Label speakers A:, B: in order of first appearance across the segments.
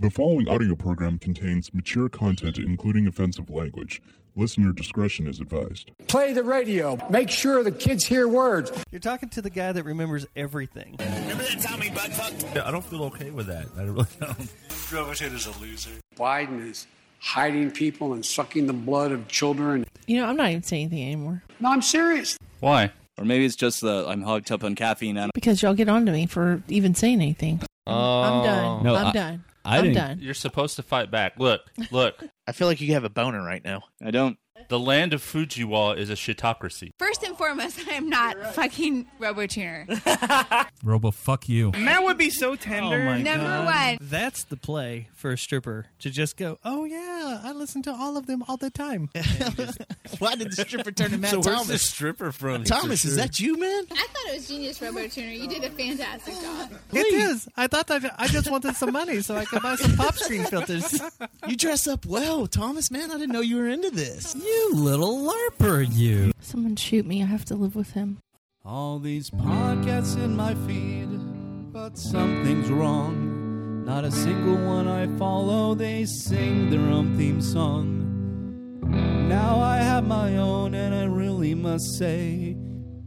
A: The following audio program contains mature content, including offensive language. Listener discretion is advised.
B: Play the radio. Make sure the kids hear words.
C: You're talking to the guy that remembers everything.
D: Remember that time we butt fucked?
E: Yeah, I don't feel okay with that. I really don't.
F: Gravitator's a loser.
B: Biden is hiding people and sucking the blood of children.
G: You know, I'm not even saying anything anymore
B: No, I'm serious.
H: Why?
D: Or maybe it's just that I'm hogged up on caffeine and
G: because y'all get on to me for even saying anything. I'm done.
E: No,
G: I'm
E: I-
G: done.
E: I
G: am
E: didn't-
G: done.
I: You're supposed to fight back. Look, look.
J: I feel like you have a boner right now.
D: I don't.
I: the land of Fujiwa is a shitocracy.
K: First and foremost, I am not fucking RoboTuner.
E: Robo, fuck you.
J: That would be so tender.
K: Number one.
C: That's the play for a stripper to just go, oh yeah, I listen to all of them all the time.
J: Why did the stripper turn to Matt
E: so where's the
J: Thomas?
E: stripper from?
J: Thomas, is that you, man?
K: I thought it was genius, RoboTuner. You did a fantastic job.
C: It is. I thought that I just wanted some money so I could buy some pop screen filters.
J: You dress up well, Thomas, man. I didn't know you were into this.
E: you little larper, you?
G: Someone shoot me. I have to live with him.
E: All these podcasts in my feed, but something's wrong. Not a single one I follow. They sing their own theme song. Now I have my own, and I really must say,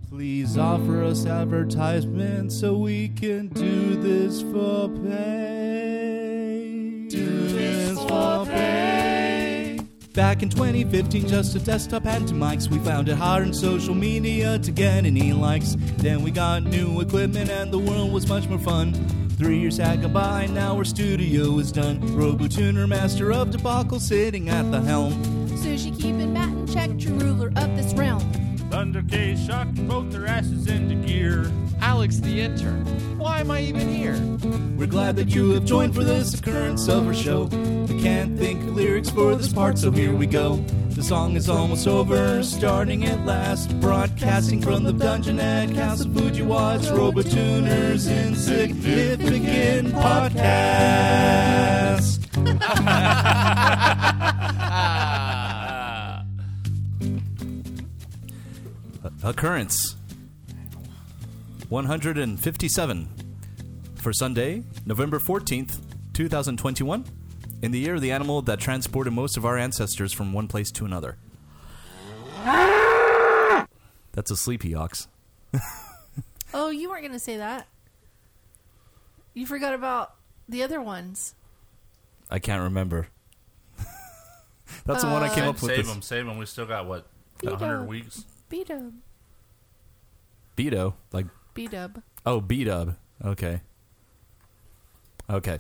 E: please offer us advertisement so we can do this for pay. Do this for pay. Back in 2015, just to test our panty mics, we found it hard on social media to get any likes. Then we got new equipment and the world was much more fun. Three years had gone by, now our studio is done. Robotuner, master of debacle, sitting at the helm.
G: Sushi keeping Matt in check, true ruler of this realm.
I: Thunder K shocked both their asses into gear.
J: Alex, the intern. Why am I even here?
E: We're glad that you have joined for this occurrence of our show. We can't think of lyrics for this part, so here we go. The song is almost over, starting at last. Broadcasting from the dungeon at Castle Fujiwa's Robotuner's Insignificant Podcast.
H: Occurrence 157 for Sunday, November 14th, 2021, in the year of the animal that transported most of our ancestors from one place to another. That's a sleepy ox.
G: Oh, you weren't going to say that. You forgot about the other ones.
H: I can't remember. That's the one I came
G: Uh,
H: up with.
I: Save
H: this-
I: them, save them. We still got what
G: Beat
I: 100
G: up.
I: weeks.
G: B dub.
H: Beto. Like,
G: B dub.
H: oh, B dub. Okay. Okay.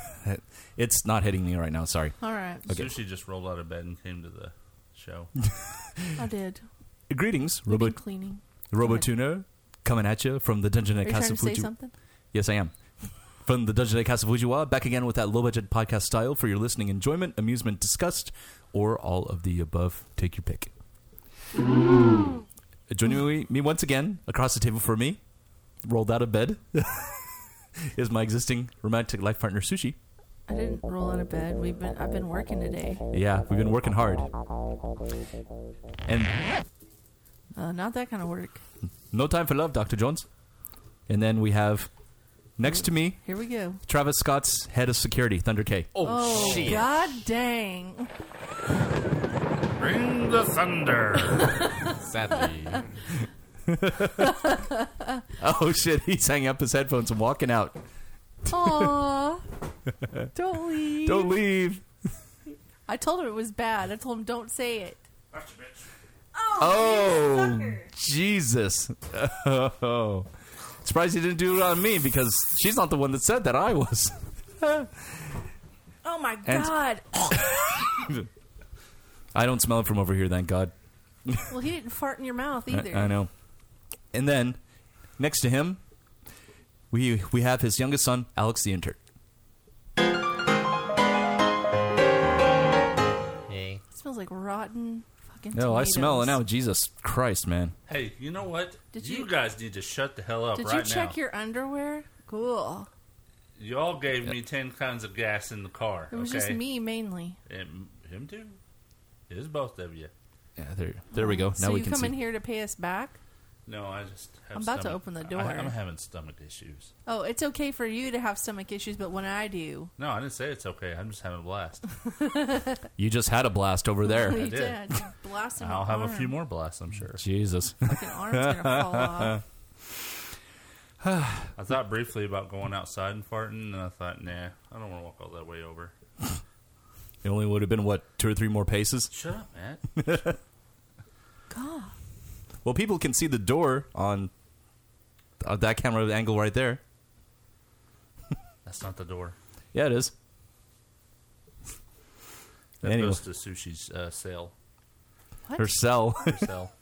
H: it's not hitting me right now. Sorry.
G: All right.
I: Sushi just rolled out of bed and came to the show.
G: I did.
H: Greetings,
G: We've been
H: Robo
G: cleaning.
H: Robotuner, coming at you from the dungeon
G: Are
H: at
G: you trying
H: Casa
G: to say
H: Fuji.
G: something?
H: Yes, I am. From the dungeon at Casa Fujiwa, back again with that low budget podcast style for your listening enjoyment, amusement, disgust, or all of the above. Take your pick. Joining me- me once again across the table for me, rolled out of bed, is my existing romantic life partner Sushi.
G: I didn't roll out of bed. We've been. I've been working today.
H: Yeah, we've been working hard, and
G: Uh, not that kind of work.
H: no time for love, Doctor Jones. And then we have next to me
G: Here we go.
H: Travis Scott's head of security, Thunder K.
G: Oh, god dang.
I: Bring the thunder.
E: Sadly.
H: Oh shit, he's hanging up his headphones and walking out.
G: Aw. don't leave.
H: Don't leave.
G: I told him it was bad. I told him don't say it.
H: Oh, Jesus. Oh. Surprised he didn't do it on me because she's not the one that said that I was.
G: Oh my
H: And-
G: god.
H: I don't smell it from over here, thank God.
G: well, he didn't fart in your mouth
H: I,
G: either.
H: I know. And then next to him, we we have his youngest son, Alex the intern.
G: It smells like rotten fucking
H: No, Oh, I smell it now.
G: tomatoes.
H: Jesus Christ, man.
I: hey, you know what?
G: Did
I: you,
G: you-
I: guys need to shut the hell up
G: Did
I: right
G: you check
I: now.
G: your underwear? Cool.
I: you all gave me 10 kinds of gas in the car.
G: It was
I: okay?
G: just me mainly.
I: And him too. It was both of you.
H: Yeah, there, there we go. Now
G: Oh, so
H: we
G: you
H: can
G: come
H: see.
G: in here to pay us back?
I: No, I just. Have
G: I'm about to
I: stomach-
G: open the
I: I,
G: door.
I: am having stomach issues.
G: Oh, it's okay for you to have stomach issues, but when I do,
I: No, I didn't say it's okay. I'm just having a blast.
H: You just had a blast over there.
G: You I did. did. You blasted my
I: I'll have a
G: arm.
I: few more blasts. I'm sure.
H: Jesus.
G: Fucking arm's gonna fall off.
I: I thought briefly about going outside and farting, and I thought, nah, I don't want to walk all that way over.
H: It only would have been what two or three more paces.
I: Shut up, Matt.
G: God.
H: Well, people can see the door on uh, that camera angle right there.
I: That's not the door.
H: Yeah, it is.
I: That
H: Anyway.
I: goes to Sushi's uh, sale.
G: What?
H: Her cell.
I: Her cell.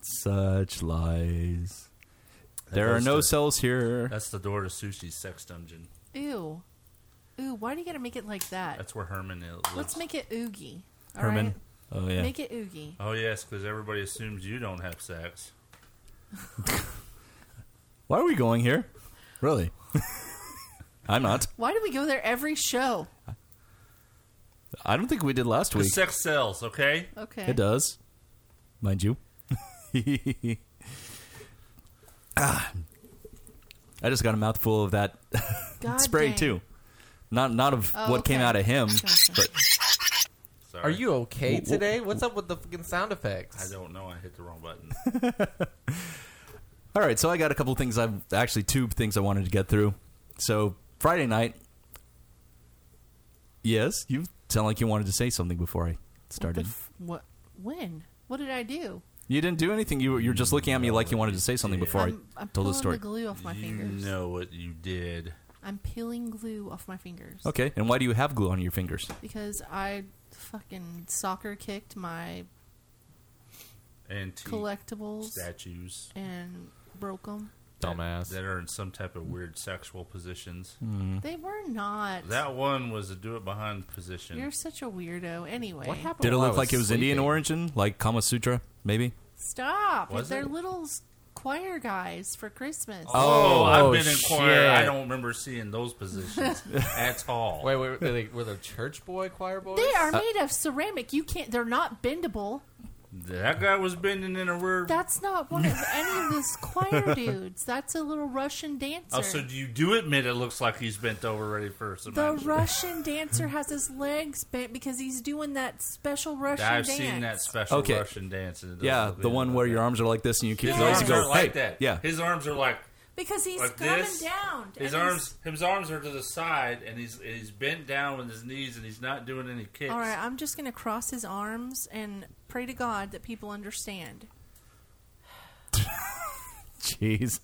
H: Such lies.
I: That
H: there are
I: goes
H: no
I: to-
H: cells here.
I: That's the door to Sushi's sex dungeon.
G: Ew. Ooh, why do you gotta make it like that?
I: That's where Herman is.
G: Let's make it oogie. all
H: Herman.
G: right?
H: Oh yeah.
G: Make it oogie.
I: Oh yes, because everybody assumes you don't have sex.
H: Why are we going here? Really? I'm not.
G: Why do we go there every show?
H: I don't think we did last week.
I: Sex sells, okay?
G: Okay.
H: It does, mind you. Ah. I just got a mouthful of that
G: God
H: spray
G: dang.
H: too. Not not of
J: Oh,
H: what came
J: okay.
H: out of him,
J: Gotcha.
H: but
J: Are you okay
H: Whoa, whoa.
J: today? What's up with the fucking sound effects?
I: I don't know. I hit the wrong button.
H: All right, so I got a couple things. I've actually two things I wanted to get through. So Friday night. Yes, you sound like you wanted to say something before I started.
G: What? When? What did I do?
H: you didn't do anything. You were- you were just looking at me like you wanted to say something before
G: I'm,
H: I
G: I'm
H: told
G: peeling
H: the story.
G: glue off my fingers.
I: You know what you did.
G: I'm peeling glue off my fingers.
H: Okay, and why do you have glue on your
I: Oh,
H: fingers?
G: Because I fucking soccer kicked my
I: Antique
G: collectibles
I: statues
G: and broke them.
I: dumbass that are in some type of weird sexual positions.
H: Hmm.
G: They were not.
I: That one was a do it behind position.
G: You're such a weirdo. Anyway,
I: What happened?
H: Did it
I: Well, I
H: look
I: was
H: like it was Indian origin, like Kama Sutra, maybe?
G: Stop!
H: Was
G: They're
H: it?
G: little s- choir guys for Christmas.
I: Oh,
H: Oh,
I: I've been in
H: shit.
I: choir. I don't remember seeing those positions at all.
J: Wait, wait, were they, were they church boy choir boys?
G: They
H: Uh,
G: are made of ceramic. You can't. They're not bendable.
I: That guy was bending in a weird.
G: That's not one of any of this choir dudes. That's a little Russian dancer.
I: Oh, so do you do admit it looks like he's bent over ready for some
G: the
I: action?
G: Russian dancer has his legs bent because he's doing that special Russian
I: I've
G: dance.
I: seen that special
H: Okay.
I: Russian dance. and it doesn't
H: Yeah,
I: look
H: the
I: good.
H: one where your arms are like this and you keep
I: E His
H: your legs
I: arms
H: and go,
I: aren't like
H: hey,
I: that.
H: yeah.
I: His arms are like
G: Because he's
I: like
G: coming
I: this.
G: down.
I: His
G: and
I: arms, his arms are to the side, and he's he's bent down with his knees, and he's not doing any kicks.
G: All right, I'm just going to cross his arms and pray to God that people understand.
H: Jeez.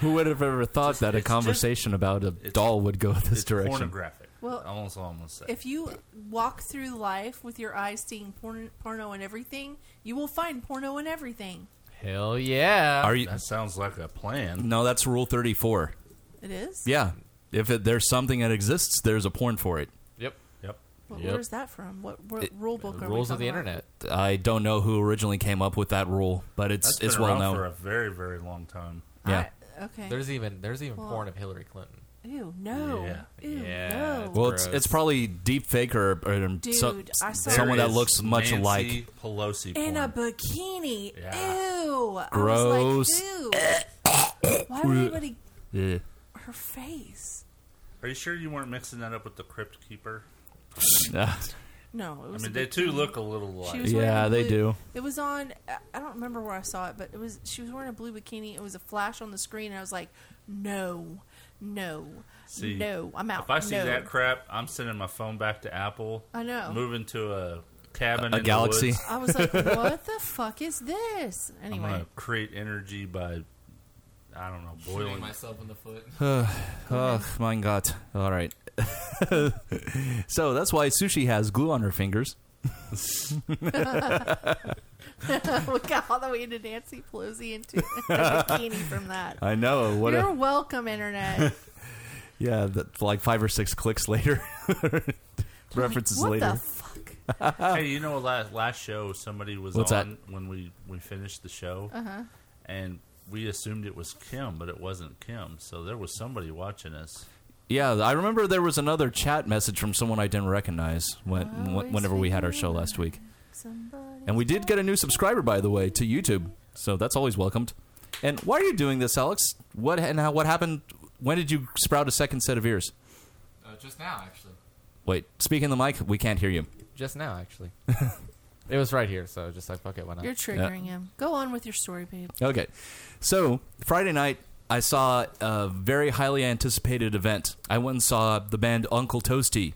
H: Who would have ever thought that a conversation about a doll would go this direction?
I: Pornographic.
G: Well,
I: almost all I'm gonna say.
G: If you walk through life with your eyes seeing porn- porno and everything, you will find porno and everything.
J: Hell yeah.
H: Are you,
I: that sounds like a plan.
H: No, that's Rule 34.
G: It is?
H: Yeah. If it, there's something that exists, there's a porn for it.
J: Yep.
I: Yep.
G: What,
H: Yep.
G: Where's that from? What, what
H: It-
G: rule book are we talking about?
H: I don't know who originally came up with that rule, but it's
I: That's been
H: it's well
I: around
H: known.
I: for a very very long time.
H: yeah.
G: Okay.
J: There's even there's even
G: Well-
J: porn of Hillary Clinton.
G: Ew, no.
J: Yeah.
G: Ew,
J: Yeah.
G: no.
H: well, it's it's probably deep fake or, or so-
G: Dude, I saw-
H: someone
I: There
H: that
I: is
H: looks much
I: Nancy
H: alike.
I: Pelosi.
G: In
I: porn.
G: a bikini.
I: Yeah.
G: Ew.
H: Gross.
G: I was like, ew. Why would anybody.
H: Yeah.
G: Her face.
I: Are you sure you weren't mixing that up with the Crypt Keeper?
H: uh,
G: No, it was.
I: I mean,
G: a
I: they
G: bikini.
I: too look a little alike.
G: She was
H: Yeah,
G: wearing a
H: they
G: blue-
H: do.
G: It was on. I- I don't remember where I saw it, but it was. She was wearing a blue bikini. It was a flash on the screen, and I was like, "No, no,
I: See,
G: no, I'm out."
I: If I see
G: no.
I: that crap, I'm sending my phone back to Apple.
G: I know.
I: Moving to a cabin,
H: A- a
I: in
H: galaxy.
I: The woods.
G: I was like, "What the fuck is this?"
I: I'm
G: Anyway,
I: gonna create energy by, I don't know,
J: Shooting
I: boiling
J: myself in the foot.
H: oh, my God. All right. so that's why Sushi has glue on her fingers.
G: we got all the way to Nancy Pelosi and to a bikini from that.
H: I know. What
G: You're
H: a,
G: welcome, internet.
H: yeah, that, like five or six clicks later. References
G: What the
H: later.
I: fuck? hey, you know, last last show somebody was
H: What's that?
I: on when we we finished the show,
G: Uh-huh.
I: and we assumed it was Kim, but it wasn't Kim. So there was somebody watching us.
H: Yeah, I remember
G: Oh,
H: there was another chat message from someone I didn't recognize when, whenever we had our show last week. And we did get a new subscriber, by the way, to YouTube. So that's always welcomed. And why are you doing this, Alex? What and how, what happened? When did you sprout a second set of ears?
J: Uh, just now, actually.
H: Wait, speak in the mic. We can't hear you.
J: Just now, actually. it was right here, so just like fuck it, why not?
G: You're triggering him. Go on with your story, babe.
H: Okay. So, Friday night, I saw a very highly anticipated event. I went and saw the band Uncle Toasty,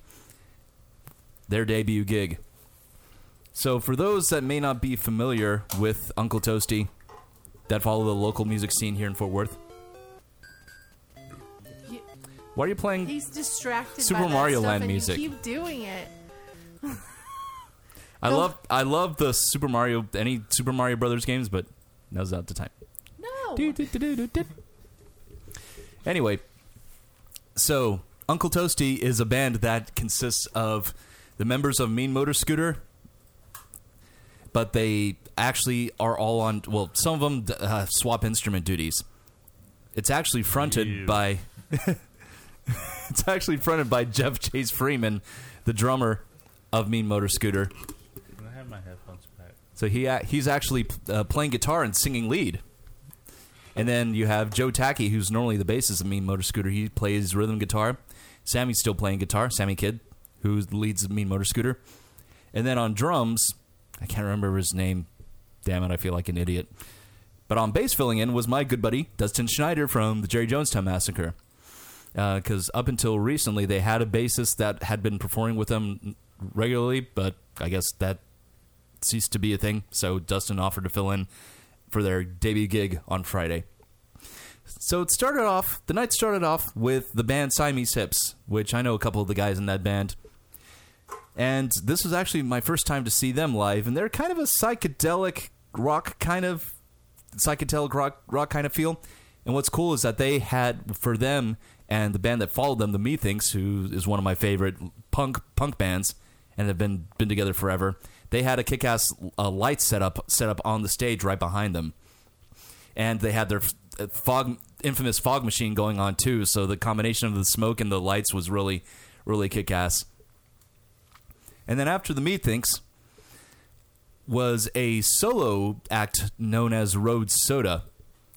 H: their debut gig. So, for those that may not be familiar with Uncle Toasty, that follow the local music scene here in Fort Worth,
G: You-
H: why are you playing?
G: He's distracted.
H: Super
G: by that
H: Mario
G: stuff
H: Land
G: and you
H: music.
G: keep doing it.
H: I love I love the Super Mario any Super Mario Brothers games, but now's not the time.
G: No.
H: Anyway, so Uncle Toasty is a band that consists of the members of Mean Motor Scooter, but they actually are all on. Well, some of them d- uh, swap instrument duties. It's actually fronted by. it's actually fronted by Jeff Chase Freeman, the drummer of Mean Motor Scooter.
I: I have my headphones back.
H: So he a- he's actually uh, playing guitar and singing lead. And then you have Joe Tacky, who's normally the bassist of Mean Motor Scooter. He plays rhythm guitar. Sammy's still playing guitar. Sammy Kidd, who leads Mean Motor Scooter. And then on drums, I can't remember his name. Damn it, I feel like an idiot. But on bass filling in was my good buddy Dustin Schneider from the Jerry Jonestown Massacre. Because up until recently, they had a bassist that had been performing with them regularly, but I guess that ceased to be a thing. So Dustin offered to fill in for their debut gig on Friday. So it started off, the night started off with the band Siamese Hips, which I know a couple of the guys in that band. And this was actually my first time to see them live, and they're kind of a psychedelic rock kind of psychedelic rock rock kind of feel. And what's cool is that they had for them and the band that followed them, the Methinks, who is one of my favorite punk punk bands, and have been been together forever. They had a kick-ass uh, light setup set up on the stage right behind them and they had their f- uh, fog infamous fog machine going on too so the combination of the smoke and the lights was really really kick-ass and then after the methinks was a solo act known as Rhodes Soda.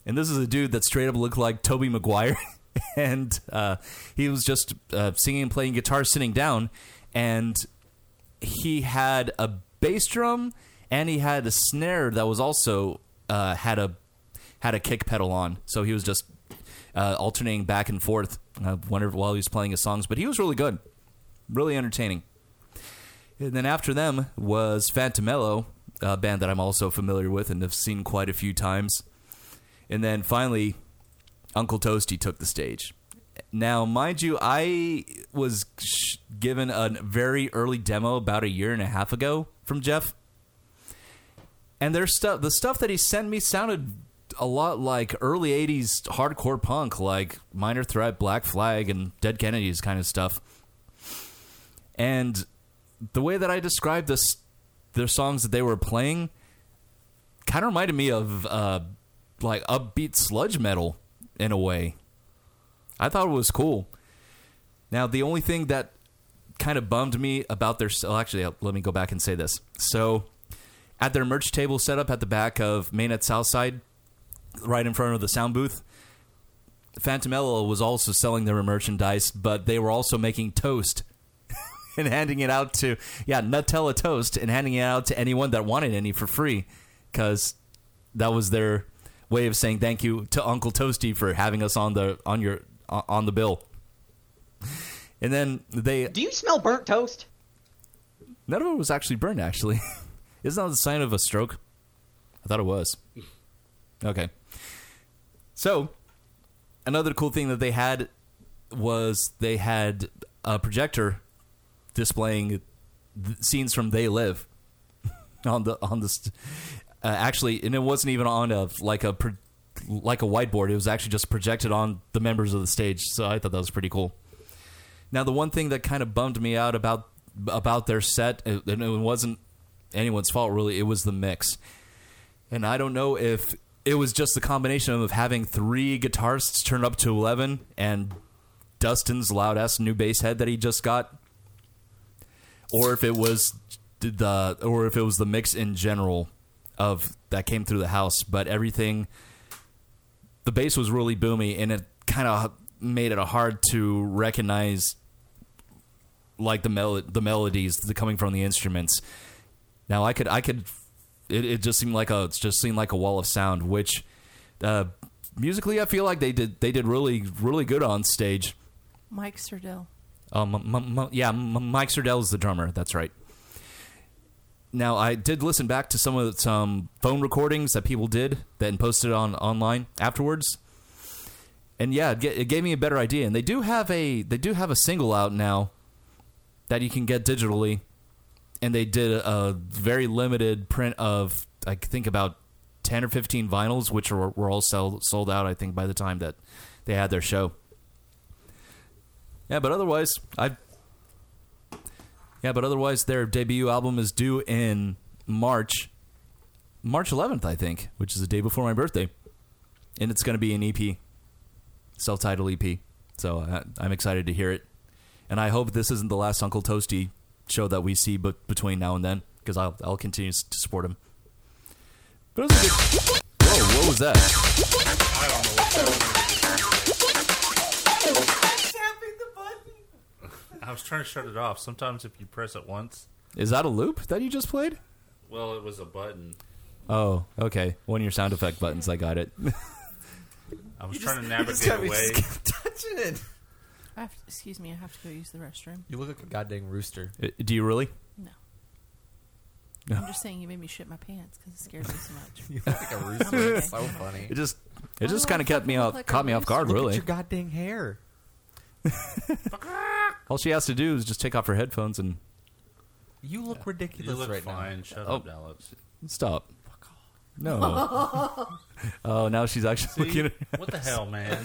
H: And this is a dude that straight up looked like Toby Maguire. and uh, he was just uh, singing and playing guitar sitting down. And he had a bass drum and he had a snare that was also uh, had a had a kick pedal on. So he was just uh, alternating back and forth uh, whenever, while he was playing his songs. But he was really good, really entertaining. And then after them was Fantamello, a band that I'm also familiar with and have seen quite a few times. And then finally, Uncle Toasty took the stage. Now, mind you, I was sh- given a very early demo about a year and a half ago from Jeff. And their stuff, the stuff that he sent me sounded a lot like early 80s hardcore punk, like Minor Threat, Black Flag, and Dead Kennedys kind of stuff. And the way that I described this, their songs that they were playing, kind of reminded me of uh, like upbeat sludge metal in a way. I thought it was cool. Now, the only thing that kind of bummed me about their well, actually, uh, let me go back and say this. So, at their merch table set up at the back of Main at Southside, right in front of the sound booth, Fantamello was also selling their merchandise, but they were also making toast and handing it out to yeah Nutella toast and handing it out to anyone that wanted any for free because that was their way of saying thank you to Uncle Toasty for having us on the on your on the bill. And then they
A: Do you smell burnt toast?
H: none of it was actually burned. Actually, isn't that the sign of a stroke? I thought it was. Okay. So, another cool thing that they had was they had a projector displaying th- scenes from They Live on the on the st- uh, actually, and it wasn't even on a like a pro- like a whiteboard. It was actually just projected on the members of the stage. So I thought that was pretty cool. Now, the one thing that kind of bummed me out about about their set, and it wasn't anyone's fault really. It was the mix, and I don't know if it was just the combination of having three guitarists turned up to eleven and Dustin's loud ass new bass head that he just got, or if it was did the or if it was the mix in general of that came through the house, but everything the bass was really boomy and it kind of made it hard to recognize like the mel- the melodies that coming from the instruments. Now I could I could it, it just seemed like a it just seemed like a wall of sound, which uh, musically I feel like they did they did really really good on stage.
G: Mike Serdell.
H: Um, m- m- m- yeah, m- Mike Serdell is the drummer. That's right. Now I did listen back to some of the, some phone recordings that people did then posted on online afterwards, and yeah, it, ga- it gave me a better idea. And they do have a they do have a single out now that you can get digitally, and they did a, a very limited print of I think about ten or fifteen vinyls, which were, were all sell, sold out. I think by the time that they had their show. Yeah, but otherwise, I. Yeah, but otherwise, their debut album is due in March, March 11th, I think, which is the day before my birthday, and it's going to be an EP, self-titled EP. So I, I'm excited to hear it, and I hope this isn't the last Uncle Toasty show that we see, but between now and then, because I'll I'll continue s- to support him. But it was a good. Whoa, what was that?
I: I was trying to shut it off. Sometimes if you press it once,
H: Is that a loop that you just played?
I: well, it was a button.
H: Oh, okay. One of your sound effect buttons. I got it.
I: I was
G: You
I: trying to
G: just- you
I: navigate
G: just got me
I: away.
G: just-
L: Touching it.
G: I have to, excuse me, I have to go use the restroom.
J: You look like a goddamn rooster.
H: Uh, Do you really?
G: No.
H: No.
G: I'm just saying you made me shit my pants because it scared me so much.
J: You look like a rooster. It's so funny.
H: It just
J: Why
H: it
J: do
H: just
J: I
H: kind of kept
J: fucking
H: me
J: look
H: off
J: Oh, like a
H: caught me off guard.
J: Look at
H: really,
J: your goddamn hair.
H: all she has to do is just take off her headphones and
J: You look ridiculous
I: You look
J: right
I: fine.
J: now.
I: Shut
H: Oh.
I: up, Alex.
H: stop. No. oh, now she's actually looking. At her.
I: what the hell, man?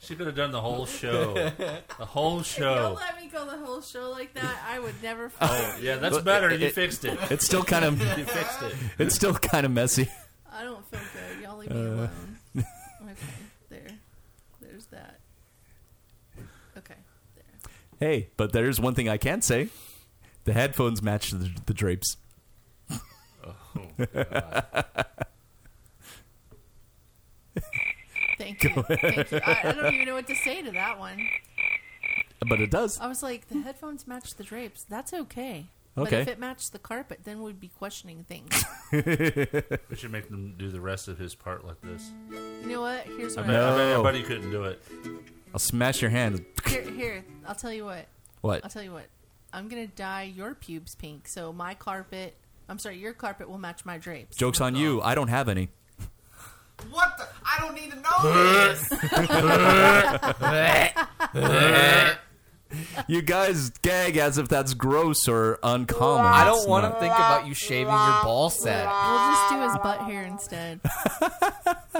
I: she could have done the whole show. The whole
G: Don't
I: show.
G: let me go the whole show like that. I would never.
I: Oh, yeah, that's better. you fixed it.
H: It's still kind of.
I: You fixed it.
H: It's still kind of messy.
G: I don't feel good. Y'all leave me
H: Uh.
G: alone. Okay, there. There's that. Okay.
H: Hey, but there's one thing I can say: the headphones match the, the drapes.
I: Oh,
G: Thank
H: Go
G: you. Thank you. I, I don't
H: ahead.
G: even know what to say to that one.
H: But it
J: Oh.
H: does.
G: I was like, the headphones match the drapes. That's okay. But
H: Okay.
G: if it matched the carpet, then we'd be questioning things.
I: we should make them do the rest of his part like this.
G: You know what? Here's
I: I
G: what
I: bet, I bet,
H: No.
I: I bet he couldn't do it.
H: I'll smash your hand.
G: Here, here. I'll tell you what.
H: What?
G: I'll tell you what. I'm gonna dye your pubes pink, so my carpet. I'm sorry, your carpet will match my drapes.
H: Jokes on you. I don't have any.
L: What the? I don't need to
H: you guys gag as if that's gross or uncommon.
J: I don't
H: It's
J: want to
H: not.
J: think about you shaving your ball sack.
G: We'll just do his butt hair instead.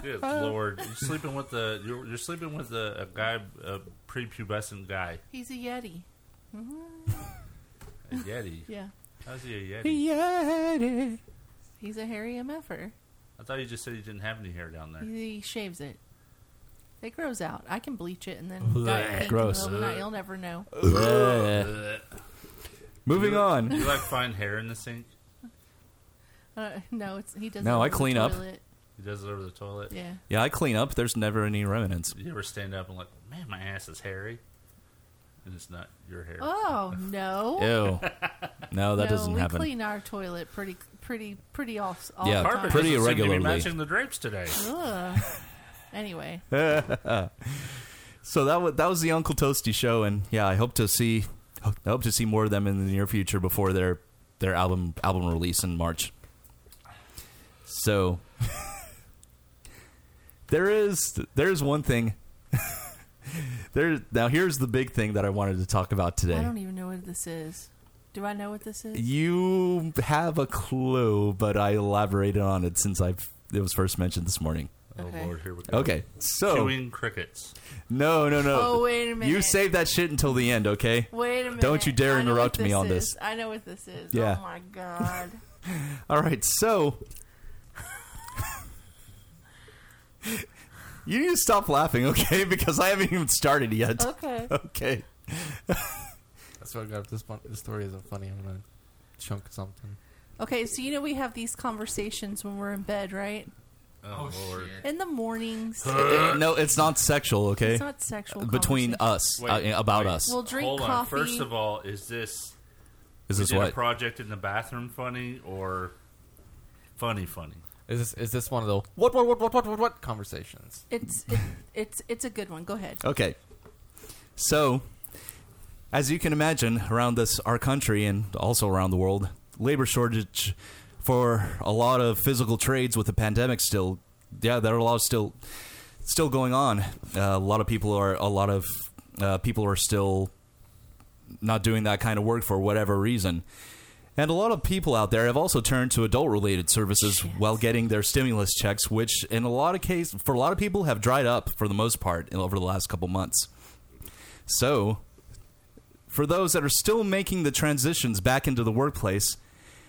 I: Good lord, you're sleeping with the you're, you're sleeping with a, a guy, a prepubescent guy,
G: He's a yeti. Mhm.
I: a yeti.
G: Yeah.
I: How's he a yeti?
H: Yeti.
G: He's a hairy mf'er.
I: I thought you just said he didn't have any hair down there.
G: He, he shaves it. It grows out. I can bleach it and then dye it pink in the
H: Gross.
G: middle of the night. You'll never know.
H: Bleh. Moving on.
I: Do you like find hair in the sink?
G: Uh, no, it's he doesn't.
H: No, I
G: use the
H: clean up.
G: toilet.
I: He does it over the toilet.
G: Yeah.
H: Yeah, I clean up. There's never any remnants.
I: You ever stand up and like, man, my ass is hairy, and it's not your hair.
G: Oh no.
H: Ew. No, that
G: No,
H: doesn't
G: we
H: happen.
G: clean our toilet pretty, pretty, pretty all. all
H: Yeah,
G: the time.
H: Carpet Uh, pretty doesn't seem to be irregularly.
I: matching the drapes today.
G: Ugh. Anyway,
H: so that was that was the Uncle Toasty show, and yeah, I hope to see I hope to see more of them in the near future before their their album album release in March. So there is there is one thing. there now here's the big thing that I wanted to talk about today.
G: I don't e-, even know what this is. Do I know what this is?
H: You have a clue, but I elaborated on it since I it was first mentioned this morning.
I: Oh
G: Okay.
I: lord, here we go.
H: Okay, so
I: chewing crickets.
H: no, no, no.
G: Oh, wait a minute.
H: You save that shit until the end, okay?
G: Wait a minute.
H: Don't you dare
G: I know
H: interrupt
G: what
H: me on
G: is.
H: this.
G: I know what this is.
H: Yeah.
G: Oh my god.
H: All right, so you need to stop laughing, okay? Because I haven't even started yet.
G: Okay.
H: Okay.
J: That's why I got this. Fun- this story isn't funny. I'm gonna chunk of something.
G: Okay, so you know we have these conversations when we're in bed, right?
I: Oh, Lord.
G: In the mornings.
H: no, it's not sexual. Okay,
G: It's not sexual
H: Between us,
I: Wait,
H: uh, about
I: wait.
H: us.
G: We'll drink
I: Hold on.
G: coffee.
I: First of all, is this
H: Is this
I: we did a
H: what?
I: project in the bathroom funny or funny funny?
J: Is this is this one of the what what what what what what, what conversations?
G: It's it, it's it's a good one. Go ahead.
H: Okay. So, as you can imagine, around this our country and also around the world, labor shortage for a lot of physical trades with the pandemic still, yeah, there are a lot of still still going on. Uh, a lot of people are a lot of uh, people are still not doing that kind of work for whatever reason. And a lot of people out there have also turned to adult related services while getting their stimulus checks, which in a lot of cases, for a lot of people, have dried up for the most part over the last couple months. So, for those that are still making the transitions back into the workplace,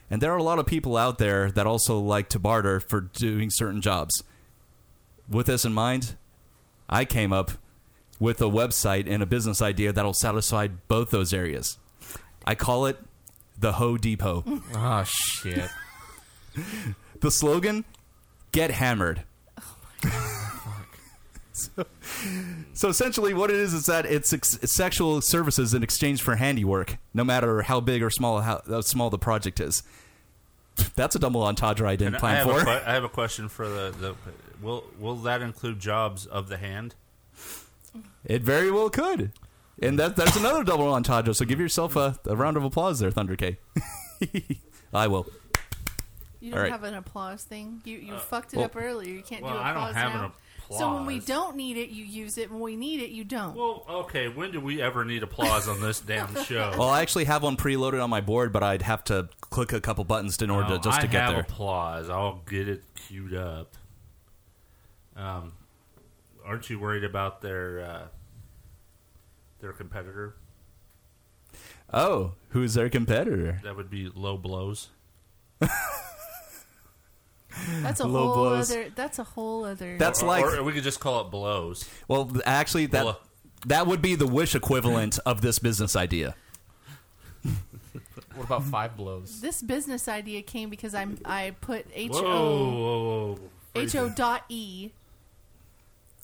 H: and there are a lot of people out there that also like to barter for doing certain jobs. With this in mind, I came up with a website and a business idea that'll satisfy both those areas. I call it the Ho Depot.
J: oh shit.
H: the slogan: "Get hammered." So essentially, what it is is that it's ex- sexual services in exchange for handiwork, no matter how big or small how, how small the project is. That's a double entendre I didn't
I: And I
H: plan
I: have
H: for.
I: A que- I have a question for the, the will will that include jobs of the hand?
H: It very well could, and that there's another double entendre. So give yourself a, a round of applause there, Thunder K. I will.
G: You
H: All
G: don't
H: right.
G: have an applause thing. You you
I: Uh,
G: fucked it
H: well-
G: up earlier. You can't
I: well,
G: do
I: I
G: applause
I: don't have
G: now.
I: an
G: So when we
I: applause.
G: don't need it, you use it. When we need it, you don't.
I: Well, Okay, when do we ever need applause on this damn show?
H: Well, I actually have one preloaded on my board, but I'd have to click a couple buttons in order
I: No,
H: to, just
I: Oh, I
H: to get
I: have
H: there.
I: applause. I'll get it queued up. Um, aren't you worried about their uh, their competitor?
H: Oh, who's their competitor?
I: That would be low blows.
G: that's a
H: Low
G: whole
H: blows.
G: other. That's a whole other.
H: That's
I: or,
H: like-
I: or we could just call it blows.
H: Well, th- actually, that
I: uh,
H: that would be the wish equivalent of this business idea.
J: What about five blows?
G: This business idea came because I I put H
I: Whoa,
G: O
I: whoa, whoa.
G: H O dot E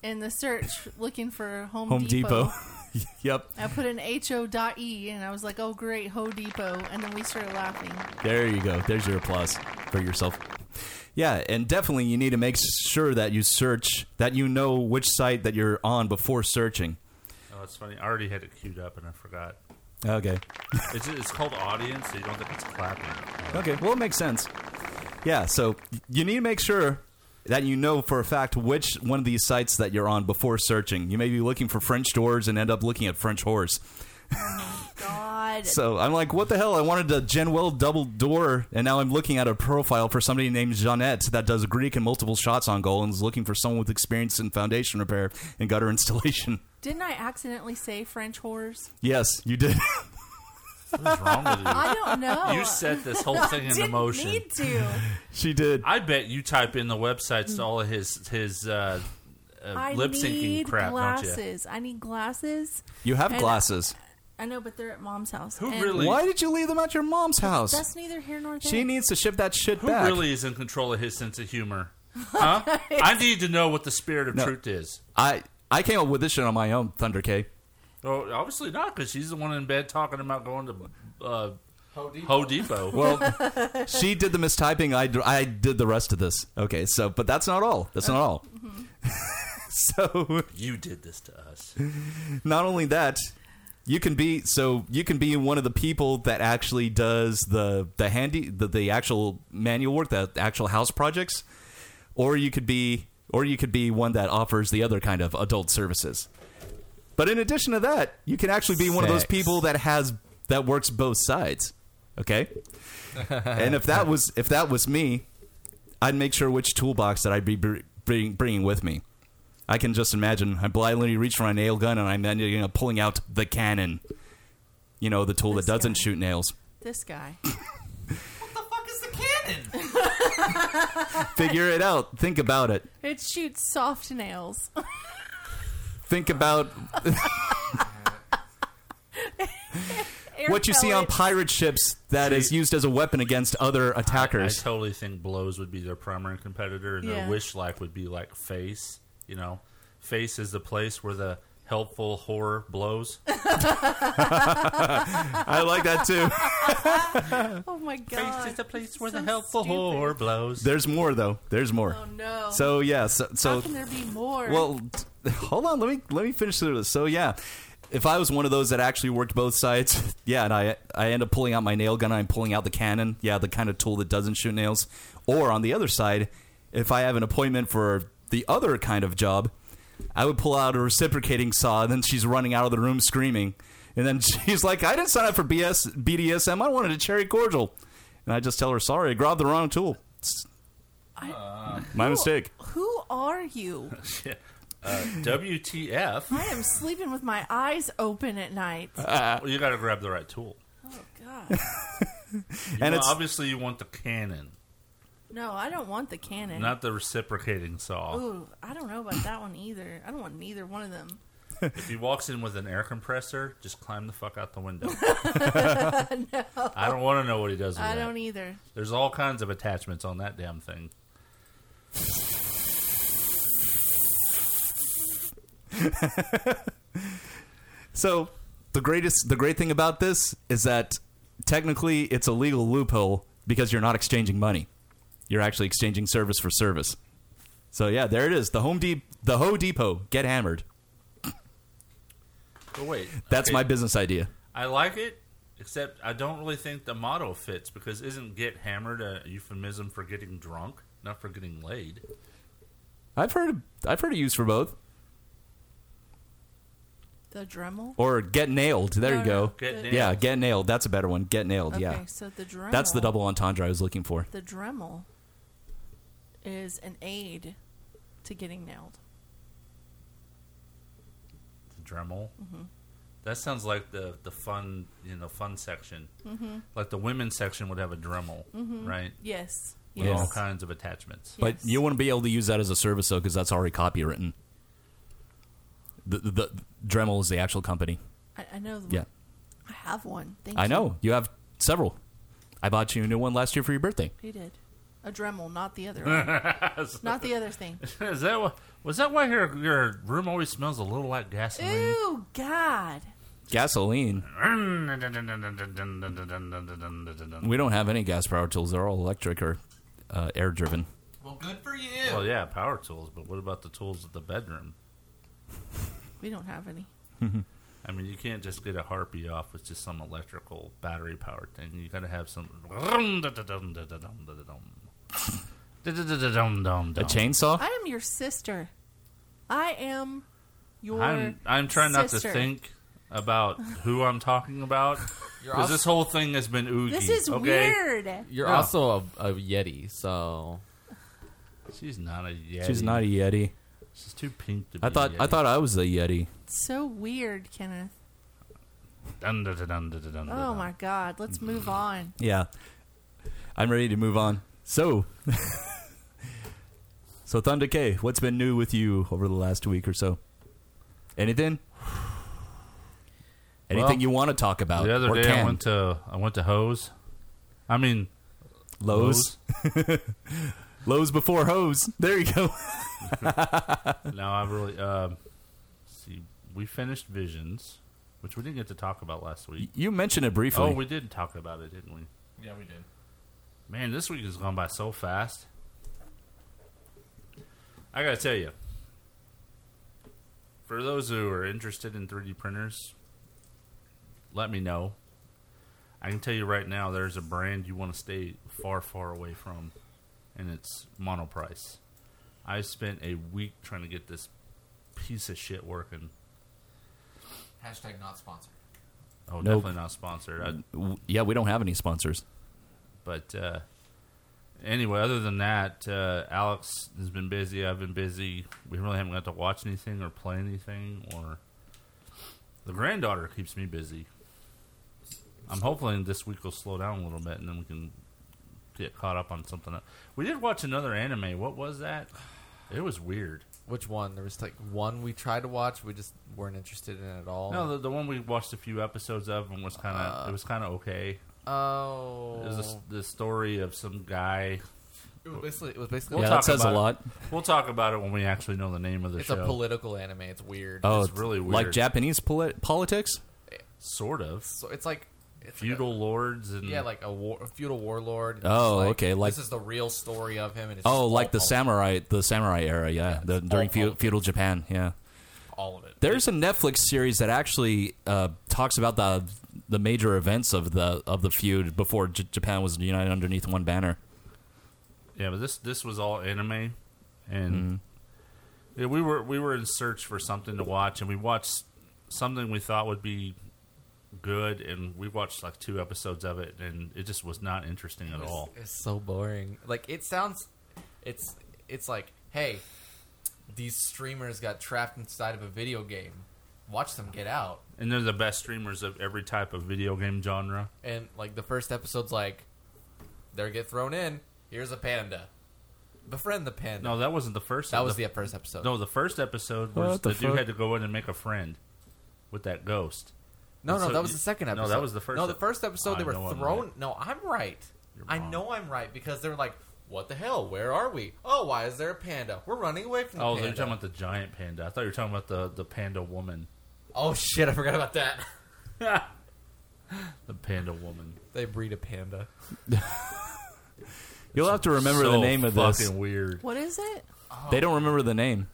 G: in the search looking for Home,
H: Home Depot. yep,
G: I put an H O dot E and I was like, oh great, Ho Depot, and then we started laughing.
H: there you go. There's your applause for yourself. Yeah, and definitely you need to make sure that you search that you know which site that you're on before searching.
I: Oh, that's funny. I already had it queued up and I forgot.
H: Okay.
I: It's, it's called audience, so you don't think it's clapping.
H: Okay, well, it makes sense. Yeah, so you need to make sure that you know for a fact which one of these sites that you're on before searching. You may be looking for French doors and end up looking at French whores.
G: Oh God.
H: So I'm like, what the hell? I wanted a Genwell double door, and now I'm looking at a profile for somebody named Jeanette that does Greek and multiple shots on goal and is looking for someone with experience in foundation repair and gutter installation.
G: Didn't I accidentally say French whores?
H: Yes, you did.
I: What's wrong with you?
G: I don't know.
I: You set this whole
G: I
I: thing in
G: didn't
I: motion.
G: Need to.
H: She did.
I: I bet you type in the websites to all of his his uh, uh,
G: I
I: lip syncing
G: need
I: crap, don't you?
G: glasses. I need glasses.
H: You have
G: And-
H: glasses.
G: I know, but they're at mom's house.
I: Who
G: And-
I: really-
H: Why did you leave them at your mom's house?
G: That's neither here nor there.
H: she needs to ship that shit
I: Who
H: back.
I: really is in control of his sense of humor? Huh? I need to know what the spirit of truth is.
H: I I came up with this shit on my own, Thunder K.
I: Oh, obviously not, because she's the one in bed talking about going to uh,
J: Ho Depot.
I: Ho Depot.
H: Well, she did the mistyping. I, I did the rest of this. Okay, so but that's not all. That's not all. so
I: you did this to us.
H: not only that, you can be so you can be one of the people that actually does the the handy the, the actual manual work, the actual house projects, or you could be or you could be one that offers the other kind of adult services. But in addition to that, you can actually be one of those
J: Sex.
H: people that has that works both sides. Okay? and if that was if that was me, I'd make sure which toolbox that I'd be br- bring, bringing with me. I can just imagine I blindly reach for my nail gun and I'm ending up pulling out the cannon. You know, the tool that doesn't shoot nails.
G: This guy.
H: Figure it out. Think about it.
G: It shoots soft nails.
H: Think about
G: Air
H: what you see on pirate ships that is used as a weapon against other
I: I
H: attackers.
I: totally think blows would be their primary competitor, and
H: Yeah.
I: their wish like would be like face. You know, face is the place where the helpful horror blows.
H: I like that too.
G: oh my god!
I: Face is the place where
G: the
I: helpful horror blows.
H: There's more though. There's more.
G: Oh, no.
H: So yeah. So, so
G: How can there be more?
H: Well, t- hold on. Let me let me finish through this. So yeah, if I was one of those that actually worked both sides, yeah, and I I end up pulling out my nail gun, I'm pulling out the cannon, yeah, the kind of tool that doesn't shoot nails. Or on the other side, if I have an appointment for the other kind of job, I would pull out a reciprocating saw, and then she's running out of the room screaming, and then she's like, "I didn't sign up for BS BDSM. I wanted a cherry cordial," and I just tell her, "Sorry, I grabbed the wrong tool. It's my mistake."
G: Who are you?
I: Uh, WTF?
G: I am sleeping with my eyes open at night.
H: Uh,
I: well, you got to grab the right tool.
G: Oh god!
I: You
H: And
I: know,
H: it's-
I: obviously you want the cannon,
G: No, I don't want the cannon.
I: not the reciprocating saw.
G: Ooh, I don't know about that one either. I don't want neither one of them.
I: If he walks in with an air compressor, just climb the fuck out the window.
G: No.
I: I don't want to know what he does. With
G: I
I: that.
G: don't e- either.
I: There's all kinds of attachments on that damn thing.
H: So the greatest, the great thing about this is that technically it's a legal loophole because you're not exchanging money; you're actually exchanging service for service. So yeah, there it is. The Home Dep the Ho Depot, get hammered.
I: But wait,
H: That's
I: okay.
H: my business idea.
I: I like it, except I don't really think the motto fits because isn't "get hammered" a euphemism for getting drunk, not for getting laid?
H: I've heard, I've heard it used for both.
G: The Dremel.
H: Or get nailed. There
G: No,
H: you
G: no,
H: go.
G: Get the-
H: yeah, get nailed. That's a better one. Get nailed.
G: Okay,
H: yeah.
G: so the
H: That's the
G: Dremel-
H: double entendre I was looking for.
G: The Dremel is an aid to getting nailed.
I: The Dremel.
G: Mhm.
I: That sounds like the the fun, you know, fun section.
G: Mhm.
I: Like the women's section would have a Dremel,
G: Mhm.
I: right?
G: Yes.
I: With all
H: Yes.
I: kinds of attachments.
H: But you wouldn't be able to use that as a service though, because that's already copywritten. The, the, the Dremel is the actual company.
G: I, I know. The
H: Yeah.
G: I have one. Thank
H: I
G: you.
H: know you have several. I bought you a new one last year for your birthday.
G: He did. A Dremel, not the other one. not the other thing.
I: Is that why, was that why your your room always smells a little like gasoline?
G: Ooh, God.
H: Gasoline. We don't have any gas power tools. They're all electric or uh, air driven.
I: Well, good for you. Well, yeah, power tools, but what about the tools of the bedroom?
G: We don't have any.
I: I mean, you can't just get a harpy off with just some electrical battery powered thing. You gotta have some.
H: A chainsaw.
G: I am your sister. I am your
I: I'm I'm trying not to
G: sister.
I: think about who I'm talking about
G: You're
I: because
G: also-
I: this whole thing has been oogie.
G: This is
I: okay?
G: weird.
J: You're
I: Yeah.
J: also a, a yeti, so
I: she's not a yeti.
H: She's not a yeti.
I: She's too pink to
H: I
I: be
H: thought
I: a
H: I
I: Yeti.
H: thought I was a yeti.
G: It's so weird, Kenneth.
I: Dun, dun, dun, dun, dun, dun, dun.
G: Oh my God. Let's move on.
H: Yeah, I'm ready to move on. So, so Thunder K, what's been new with you over the last week or so? Anything? Anything
I: Well,
H: you want to talk about?
I: The other
H: or
I: day I
H: can?
I: went to I went to Hose. I mean
H: Lowe's. Lowe's before hose. There you go.
I: no, I really um see. We finished Visions, which we didn't get to talk about last week.
H: You mentioned it briefly.
I: Oh, we did talk about it, didn't we?
J: Yeah, we did.
I: Man, this week has gone by so fast. I gotta tell you, for those who are interested in 3D printers, let me know. I can tell you right now, there's a brand you want to stay far, far away from, and it's Monoprice. I spent a week trying to get this piece of shit working.
J: Hashtag not sponsored.
I: Oh,
H: Nope.
I: definitely not sponsored. I,
H: W- yeah, we don't have any sponsors.
I: But uh, anyway, other than that, uh, Alex has been busy. I've been busy. We really haven't got to watch anything or play anything. Or the granddaughter keeps me busy. I'm hoping this week will slow down a little bit, and then we can get caught up on something. else. We did watch another anime. What was that? It was weird.
J: Which one? There was like one we tried to watch. We just weren't interested in at all.
I: No, the, the one we watched a few episodes of and was kind of it was kind of okay.
J: Oh.
I: it was the s- the story of some guy.
J: It was basically- it was basically-
I: We'll
J: Yeah, that
I: talk
H: says a
I: about it.
H: lot.
I: We'll talk about it when we actually know the name of the
J: It's
I: show.
J: a political anime. It's weird.
H: Oh,
I: it's really weird.
H: Like Japanese poli- politics?
I: sort of.
J: So it's like it's like a-
I: feudal lords and
J: yeah, like a, war, a feudal warlord. and it's
H: Mm. Oh,
J: just like,
H: okay, like-
J: this is the real story of him. And it's just
H: Oh,
J: all
H: like the
J: politics.
H: samurai, the samurai era, yeah, the, during feu- feudal Japan, yeah.
J: All of it.
H: There's a Netflix series that actually uh, talks about the the major events of the of the feud before J- Japan was united underneath one banner.
I: yeah, but this this was all anime, and
J: Mm-hmm.
I: yeah, we were we were in search for something to watch, and we watched something we thought would be good, and we watched like two episodes of it, and it just was not interesting at
J: It's-
I: all.
J: It's so boring. Like it sounds, it's it's like, hey, these streamers got trapped inside of a video game. Watch them get out.
I: And they're the best streamers of every type of video game genre.
J: And like the first episode's like, they get thrown in. Here's a panda. Befriend the panda.
I: No, that wasn't the first.
J: That was the first episode.
I: No, the first episode was
J: What the
I: the, dude
J: fuck?
I: had to go in and make a friend with that ghost.
J: No,
I: And
J: no,
I: so
J: that was
I: you-
J: the second episode.
I: No, that was the first.
J: No, the
I: ep-
J: first episode
I: I
J: they were
I: know I'm
J: thrown.
I: right.
J: No, I'm right. I know I'm right because they were like, "What the hell? Where are we? Oh, why is there a panda? We're running away from the
I: Oh,
J: panda."
I: they're talking about the giant panda. I thought you were talking about the, the panda woman,
J: oh shit! I forgot about that.
I: the panda woman.
J: They breed a panda.
H: You'll have to remember
I: so
H: the name of this.
I: fucking weird.
G: What is it?
H: They don't remember the name.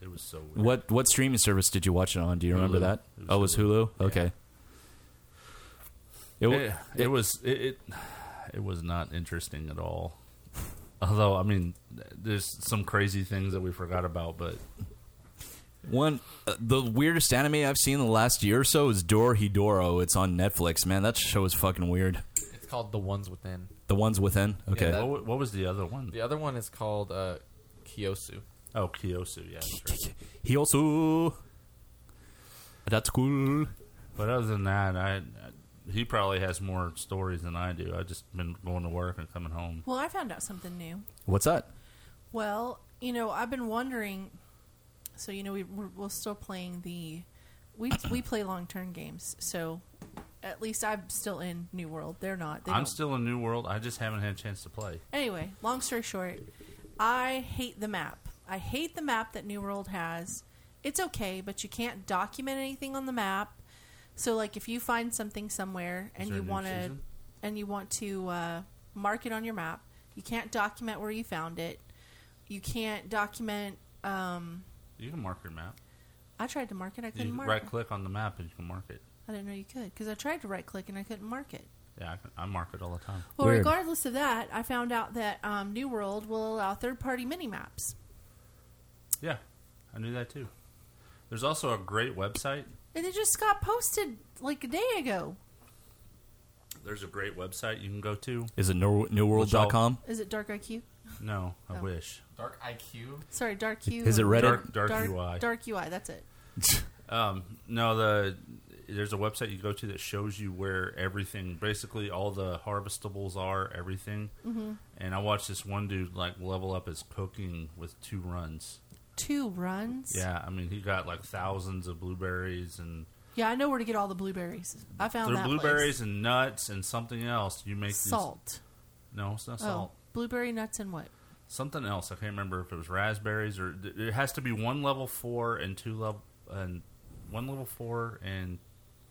I: It was so weird.
H: What what streaming service did you watch it on? Do you remember
I: Hulu.
H: that?
I: It was
H: oh, it was Hulu. Okay. It, wa-
I: It, it, was it, it it was not interesting at all. Although I mean, there's some crazy things that we forgot about, but
H: One, uh, the weirdest anime I've seen in the last year or so is Doro Hidoro. It's on Netflix. Man, that show is fucking weird.
J: It's called The Ones Within.
H: The ones within. Okay.
J: that-
I: what, what was the other one?
J: The other one is called uh, Kyosu.
I: Oh, Kyosu, yeah. that's right.
H: He also. That's cool.
I: But other than that, I, I he probably has more stories than I do. I've just been going to work and coming home.
G: Well, I found out something new.
H: What's that?
G: Well, you know, I've been wondering. So you know, we we're, we're still playing the we we play long term games. So at least I'm still in New World. They're not. They
I: I'm
G: don't-
I: still in New World. I just haven't had a chance to play.
G: Anyway, long story short, I hate the map. I hate the map that New World has. It's okay, but you can't document anything on the map. So, like, if you find something somewhere and
A: there
G: you
A: a new
G: want to
A: season?
G: and you want to uh, mark it on your map, you can't document where you found it. You can't document. Um,
I: You can mark your map.
G: I tried to mark it. I couldn't
I: You
G: mark
I: right
G: it.
I: click on the map and you can mark it.
G: I didn't know you could because I tried to right click and I couldn't mark it.
I: Yeah, I, can, I mark it all the time.
G: Well, regardless of that, I found out that um, New World will allow third-party mini maps.
I: Yeah, I knew that too. There's also a great website.
G: And it just got posted like a day ago.
I: There's a great website you can go to.
H: Is it Nor- newworld.com?
G: Is it Dark IQ?
I: No, I
G: Oh.
I: wish.
J: Dark IQ.
G: Sorry, Dark Q.
H: Is it Reddit?
I: Dark, dark,
G: Dark
I: UI.
G: Dark UI. That's it.
I: Um, no, the there's a website you go to that shows you where everything, basically all the harvestables are, everything.
G: Mhm.
I: And I watched this one dude like level up his cooking with two runs.
G: Two runs.
I: Yeah, I mean he got like thousands of blueberries and
G: Yeah, I know where to get all the blueberries. I found
I: there
G: Oh, that
I: are blueberries and nuts and something else. You make
G: place.
I: these-
G: salt.
I: No, it's not
G: oh,
I: salt.
G: blueberry nuts and what?
I: Something else. I can't remember if it was raspberries or th- it has to be one level four and two level and one level four and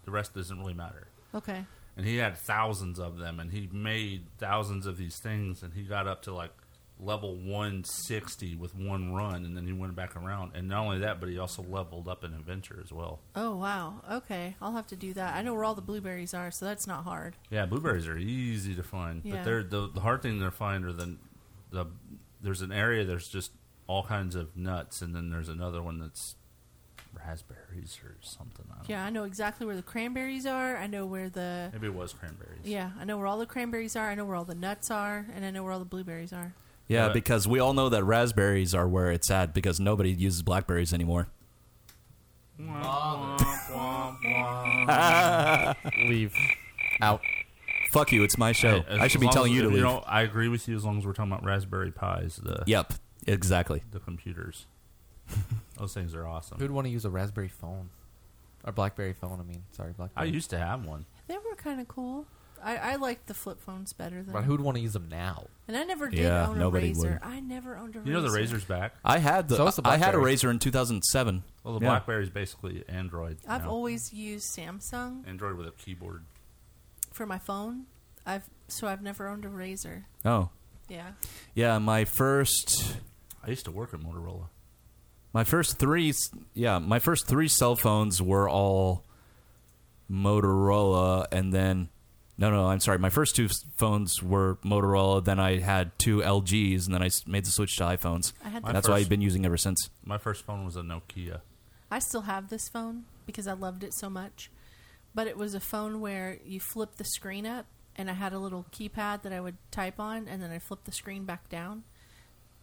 I: the rest doesn't really matter.
G: Okay.
I: and he had thousands of them and he made thousands of these things and he got up to like level 160 with one run and then he went back around and not only that but he also leveled up an adventure as well
G: Oh wow. Okay, I'll have to do that. I know where all the blueberries are, so that's not hard.
I: yeah blueberries are easy to find
G: Yeah.
I: but they're the, the hard thing to find are the, the there's an area there's just all kinds of nuts and then there's another one that's raspberries or something I don't
G: Yeah, I know exactly where the cranberries are. I know where the
I: maybe it was cranberries
G: yeah, I know where all the cranberries are. I know where all the nuts are, and I know where all the blueberries are.
H: Yeah,
I: Yeah.
H: because we all know that raspberries are where it's at because nobody uses blackberries anymore.
J: Leave. Out.
H: Fuck you. It's my show.
I: As-
H: Oh, I
I: as
H: should be
I: long
H: telling
I: as-
H: you to
I: you
H: leave.
I: know, I agree with you as long as we're talking about Raspberry Pis. The
H: Yep, exactly.
I: The computers. Those things are awesome.
J: Who'd want to use a Raspberry phone? Or Blackberry phone, I mean. Sorry,
I: I
J: Blackberry.
I: used to have one.
G: They were kind of cool. I, I liked the flip phones better than.
J: But who'd want to use them now?
G: And I never did
H: Yeah,
G: own a
H: nobody
G: razor.
H: would.
G: I never owned a razor.
I: You know the Razor's back?
H: I had the,
I: So it's the
H: I had a
I: BlackBerry.
H: razor in 2007.
I: Well, Oh, the
H: Yeah.
I: BlackBerry is basically Android.
G: I've
I: now.
G: always used Samsung
I: Android with a keyboard.
G: for my phone. I've so I've never owned a razor.
H: Oh.
G: Yeah.
H: Yeah, my first.
I: I used to work at Motorola.
H: My first three, s- yeah, my first three cell phones were all Motorola, and then no, no, I'm sorry, my first two s- phones were Motorola. Then I had two LGs, and then I s- made the switch to iPhones.
G: I had
H: And
G: the
H: That's why
I: first-
H: I've been using ever since.
I: My first phone was a Nokia.
G: I still have this phone because I loved it so much. But it was a phone where you flip the screen up, and I had a little keypad that I would type on, and then I flipped the screen back down.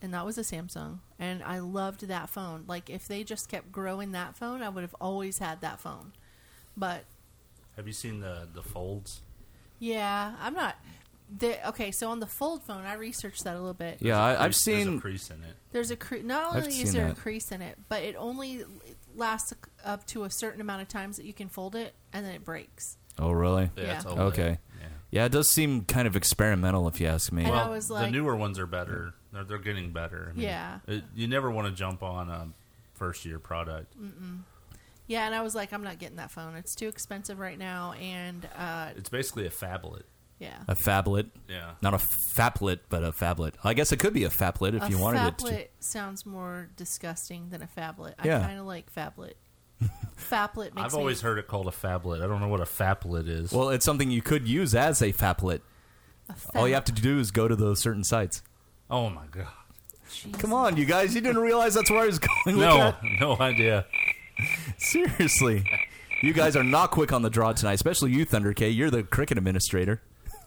G: And that was a Samsung. And I loved that phone. Like, if they just kept growing that phone, I would have always had that phone. But
I: Have you seen the the folds?
G: yeah, I'm not. The, okay, so on the fold phone, I researched that a little bit.
H: Yeah, I, I've seen.
I: There's a crease in it.
G: There's a cre- not
H: I've
G: only
H: seen
G: is there
H: that.
G: a crease in it, but it only lasts up to a certain amount of times that you can fold it, and then it breaks.
H: Oh, really?
G: Yeah, it's Yeah. OLED.
H: Okay.
I: Yeah.
H: Yeah, it does seem kind of experimental, if you ask me.
G: And I was
I: the
G: like-
I: newer ones are better. They're, they're getting better. I mean,
G: Yeah.
I: it- you never want to jump on a first year product.
G: Mm-mm. Yeah, and I was like, I'm not getting that phone. It's too expensive right now, and uh,
I: It's basically a phablet.
G: yeah,
H: a phablet.
I: Yeah.
H: Not a faplet, but a phablet. I guess it could be a faplet if
G: a
H: you wanted
G: phablet
H: it to.
G: sounds more disgusting than a phablet. I
H: Yeah.
G: kind of like phablet. phablet makes
I: I've always
G: me,
I: heard it called a phablet. I don't know what a faplet is.
H: Well, it's something you could use as a faplet. All you have to do is go to those certain sites.
I: Oh my god!
H: Come on, you guys! You didn't realize that's where I was going. with
I: No,
H: that?
I: no idea.
H: seriously, you guys are not quick on the draw tonight, especially you, Thunder K. You're the cricket administrator.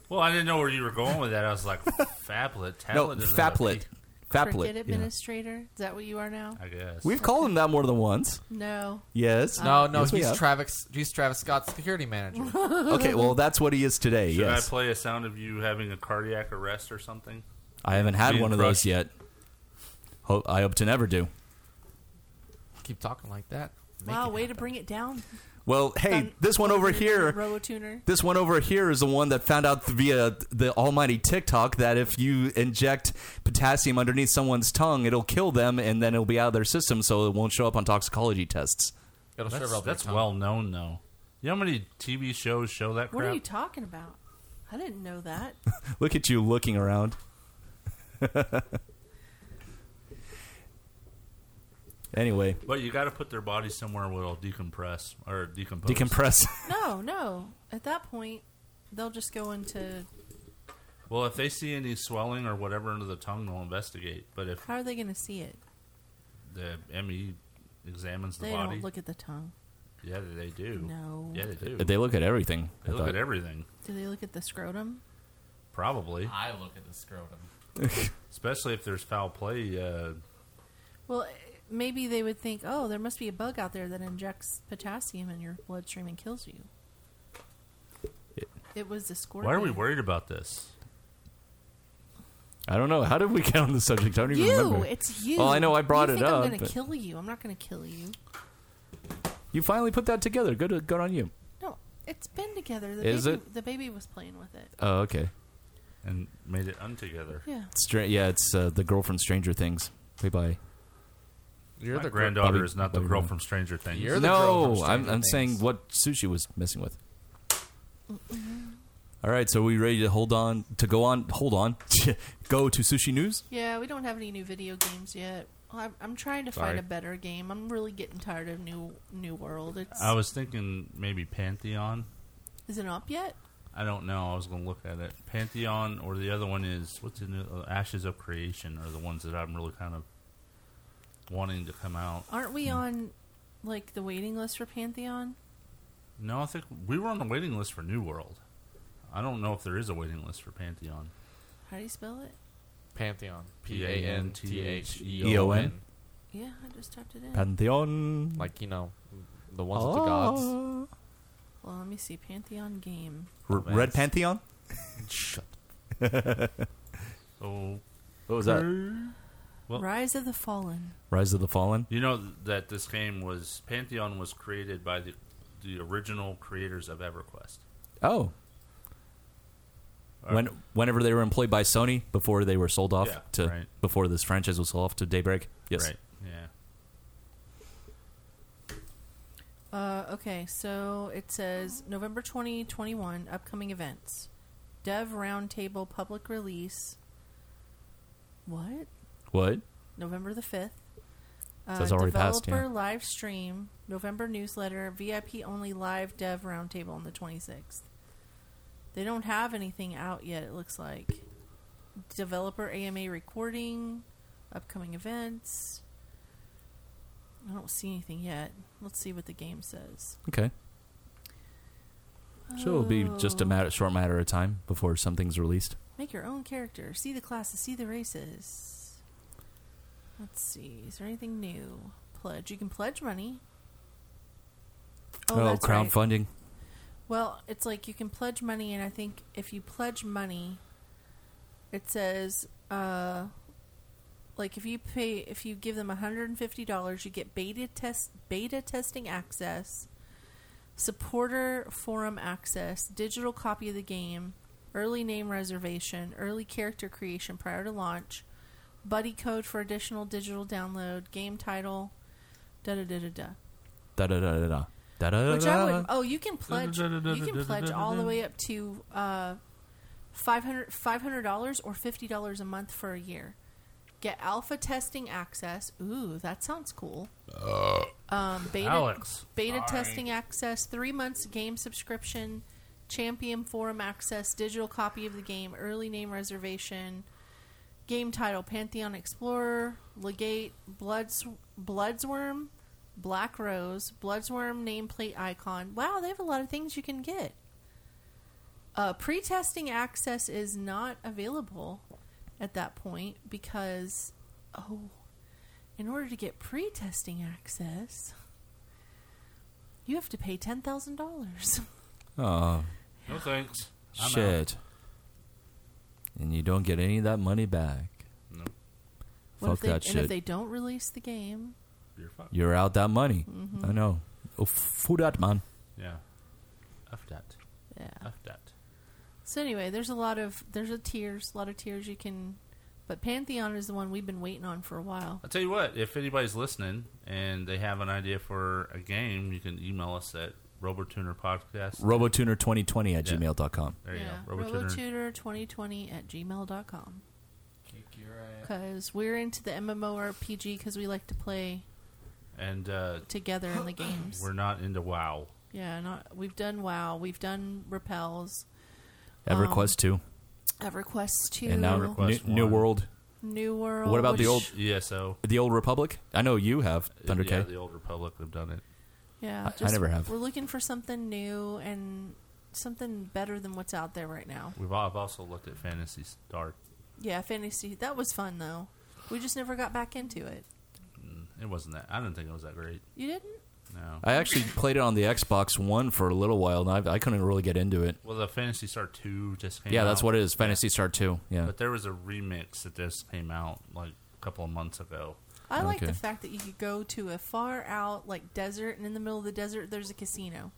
I: Well, I didn't know where you were going with that. I was like, faplet,
H: No,
I: tablet, doesn't have a
H: faplet,
I: P.
G: cricket
H: faplet. yeah.
G: administrator. Is that what you are now?
I: I guess.
H: We've called him that more than once.
G: No.
H: Yes.
J: No, no,
H: Uh, Yes, we
J: he's
H: have.
J: Travis. He's Travis Scott's security manager.
H: Okay, well, that's what he is today.
I: Should
H: yes.
I: I play a sound of you having a cardiac arrest or something?
H: I haven't had
I: Being
H: one of
I: crushed.
H: those yet. Hope, I hope to never do.
J: Keep talking like that.
G: Wow, way to bring it down.
H: Well, hey, this one over here,
G: Robotuner.
H: this one over here is the one that found out via the almighty TikTok that if you inject potassium underneath someone's tongue, it'll kill them, and then it'll be out of their system, so it won't show up on toxicology tests.
J: It'll
I: that's
J: shrivel up your
I: that's
J: tongue.
I: well known, though. You know how many TV shows show that crap?
G: What are you talking about? I didn't know that.
H: Look at you looking around. anyway,
I: but you got to put their body somewhere where it'll decompress or decompose.
H: decompress.
G: No, no. At that point, they'll just go into
I: Well, if they see any swelling or whatever under the tongue, they'll investigate. But if
G: how are they going to see it?
I: the ME examines the
G: They
I: body,
G: don't look at the tongue.
I: yeah, they do.
G: No.
I: Yeah, they do.
H: They look at everything.
I: They
H: I
I: look at
H: thought.
I: everything,
G: Do they look at the scrotum?
I: probably.
J: I look at the scrotum.
I: Especially if there's foul play. Uh,
G: Well, eh, maybe they would think, oh, there must be a bug out there that injects potassium in your bloodstream and kills you. It was the scorpion.
I: why are we worried about this?
H: I don't know. How did we get on the subject? I don't even
G: You,
H: remember.
G: it's you.
H: Well, I know I brought
G: You
H: it
G: think
H: up.
G: I'm going to
H: but
G: kill you. I'm not going to kill you.
H: You finally put that together. Good, good on you.
G: No, it's been together. The
H: Is
G: baby,
H: it?
G: The baby was playing with it.
H: Oh, okay.
I: And made it untogether.
G: Yeah.
H: Stra- yeah, it's uh, the girl from Stranger Things. Play by.
J: You're
I: My
J: the gr-
I: granddaughter
H: Bobby-
I: is not the
H: Bobby
I: girl
H: Brown.
I: from Stranger Things.
J: You're the girl
H: no,
J: from
H: I'm,
J: Stranger
H: I'm
J: Things.
H: saying what Sushi was messing with.
G: Mm-hmm.
H: All right, so we ready to hold on to go on? Hold on, go to Sushi News.
G: Yeah, we don't have any new video games yet. I'm, I'm trying to
H: Sorry.
G: find a better game. I'm really getting tired of New New World. It's
I: I was thinking maybe Pantheon.
G: is it up yet?
I: I don't know. I was going to look at it. Pantheon or the other one is what's the new uh, Ashes of Creation are the ones that I'm really kind of wanting to come out.
G: Aren't we on like the waiting list for Pantheon?
I: No, I think we were on the waiting list for New World. I don't know if there is a waiting list for Pantheon.
G: How do you spell it?
J: Pantheon. P A N T H E O
H: P-A-N-T-H-E-O-N.
J: N.
G: Yeah, I just typed it in.
H: Pantheon.
J: Like you know, the ones with the gods.
G: well, let me see. Pantheon game.
H: R- Red Pantheon.
J: Shut.
H: what
I: Oh,
H: was that?
I: Well-
G: Rise of the Fallen.
H: Rise of the Fallen.
I: You know that this game was Pantheon was created by the the original creators of EverQuest.
H: Oh. When, whenever they were employed by Sony before they were sold off
I: Yeah,
H: to
I: right.
H: before this franchise was sold off to Daybreak. Yes.
I: Right. Yeah.
G: Uh, okay, so it says November 2021, upcoming events. Dev Roundtable public release. What?
H: What?
G: November the 5th.
H: So it's already
G: developer
H: passed, yeah.
G: live stream, November newsletter, VIP only live dev roundtable on the 26th. They don't have anything out yet, it looks like. Developer AMA recording, upcoming events. I don't see anything yet. Let's see what the game says.
H: Okay. So it'll be just a
G: Oh.
H: matter, short matter of time before something's released.
G: Make your own character. See the classes. See the races. Let's see. Is there anything new? Pledge. You can pledge money.
H: Oh,
G: that's right.
H: crowdfunding.
G: Well, it's like you can pledge money, and I think if you pledge money, it says, uh, like if you pay, if you give them one hundred and fifty dollars, you get beta test, beta testing access, supporter forum access, digital copy of the game, early name reservation, early character creation prior to launch, buddy code for additional digital download, game title, da da da da da.
H: Da da da da da. Da da da
G: Which I
H: da.
G: would. Oh, you can pledge. You can pledge all the way up to uh, 500 dollars or fifty dollars a month for a year. Get alpha testing access. Ooh, that sounds cool. Um, beta
I: Alex.
G: beta
I: Sorry.
G: testing access, three months game subscription, champion forum access, digital copy of the game, early name reservation, game title, Pantheon Explorer, Legate, Bloods, Bloodsworm, Black Rose, Bloodsworm nameplate icon. Wow, they have a lot of things you can get. Uh, pre-testing access is not available at that point because oh, in order to get pre-testing access, you have to pay ten thousand dollars.
H: Oh,
I: No thanks. I'm out.
H: shit. And you don't get any of that money back.
I: No.
G: What
H: Fuck
G: if they,
H: that
G: And if
H: shit.
G: they don't release the game,
I: You're fucked.
H: You're out that money.
G: Mhm.
H: I know. Oh, food that man.
I: Yeah. F that.
G: Yeah.
I: F that.
G: so anyway, there's a lot of there's a tiers, a lot of tiers you can. But Pantheon is the one we've been waiting on for a while.
I: I'll tell you what, if anybody's listening and they have an idea for a game, you can email us at robotunerpodcast.
H: Robotuner2020 at gmail dot com.
I: There you go. Robotuner.
G: Robotutor2020 at gmail.com. Because we're into the MMORPG because we like to play
I: And uh,
G: together in the games.
I: we're not into WoW.
G: Yeah, not we've done WoW, we've done repels,
H: EverQuest 2.
G: Oh. EverQuest two,
H: And now New,
I: EverQuest
H: New
I: one.
H: World.
G: New World.
H: What about the
G: which-
H: old
I: ESO?
H: The old Republic? I know you have Thunder
I: yeah,
H: K.
I: the old Republic have done it.
G: Yeah,
H: I- I never have.
G: We're looking for something new and something better than what's out there right now.
I: We've all, I've also looked at Fantasy Star.
G: Yeah, fantasy that was fun though. We just never got back into it.
I: It wasn't that. I didn't think it was that great.
G: You didn't?
I: No.
H: I actually played it on the Xbox One for a little while, and I, I couldn't really get into it.
I: Well, the Fantasy Star Two just came.
H: Yeah, that's
I: out.
H: what it is. Fantasy Star 2. Yeah.
I: But there was a remix that just came out like a couple of months ago.
G: I like
H: Okay.
G: the fact that you could go to a far out like desert and in the middle of the desert there's a casino.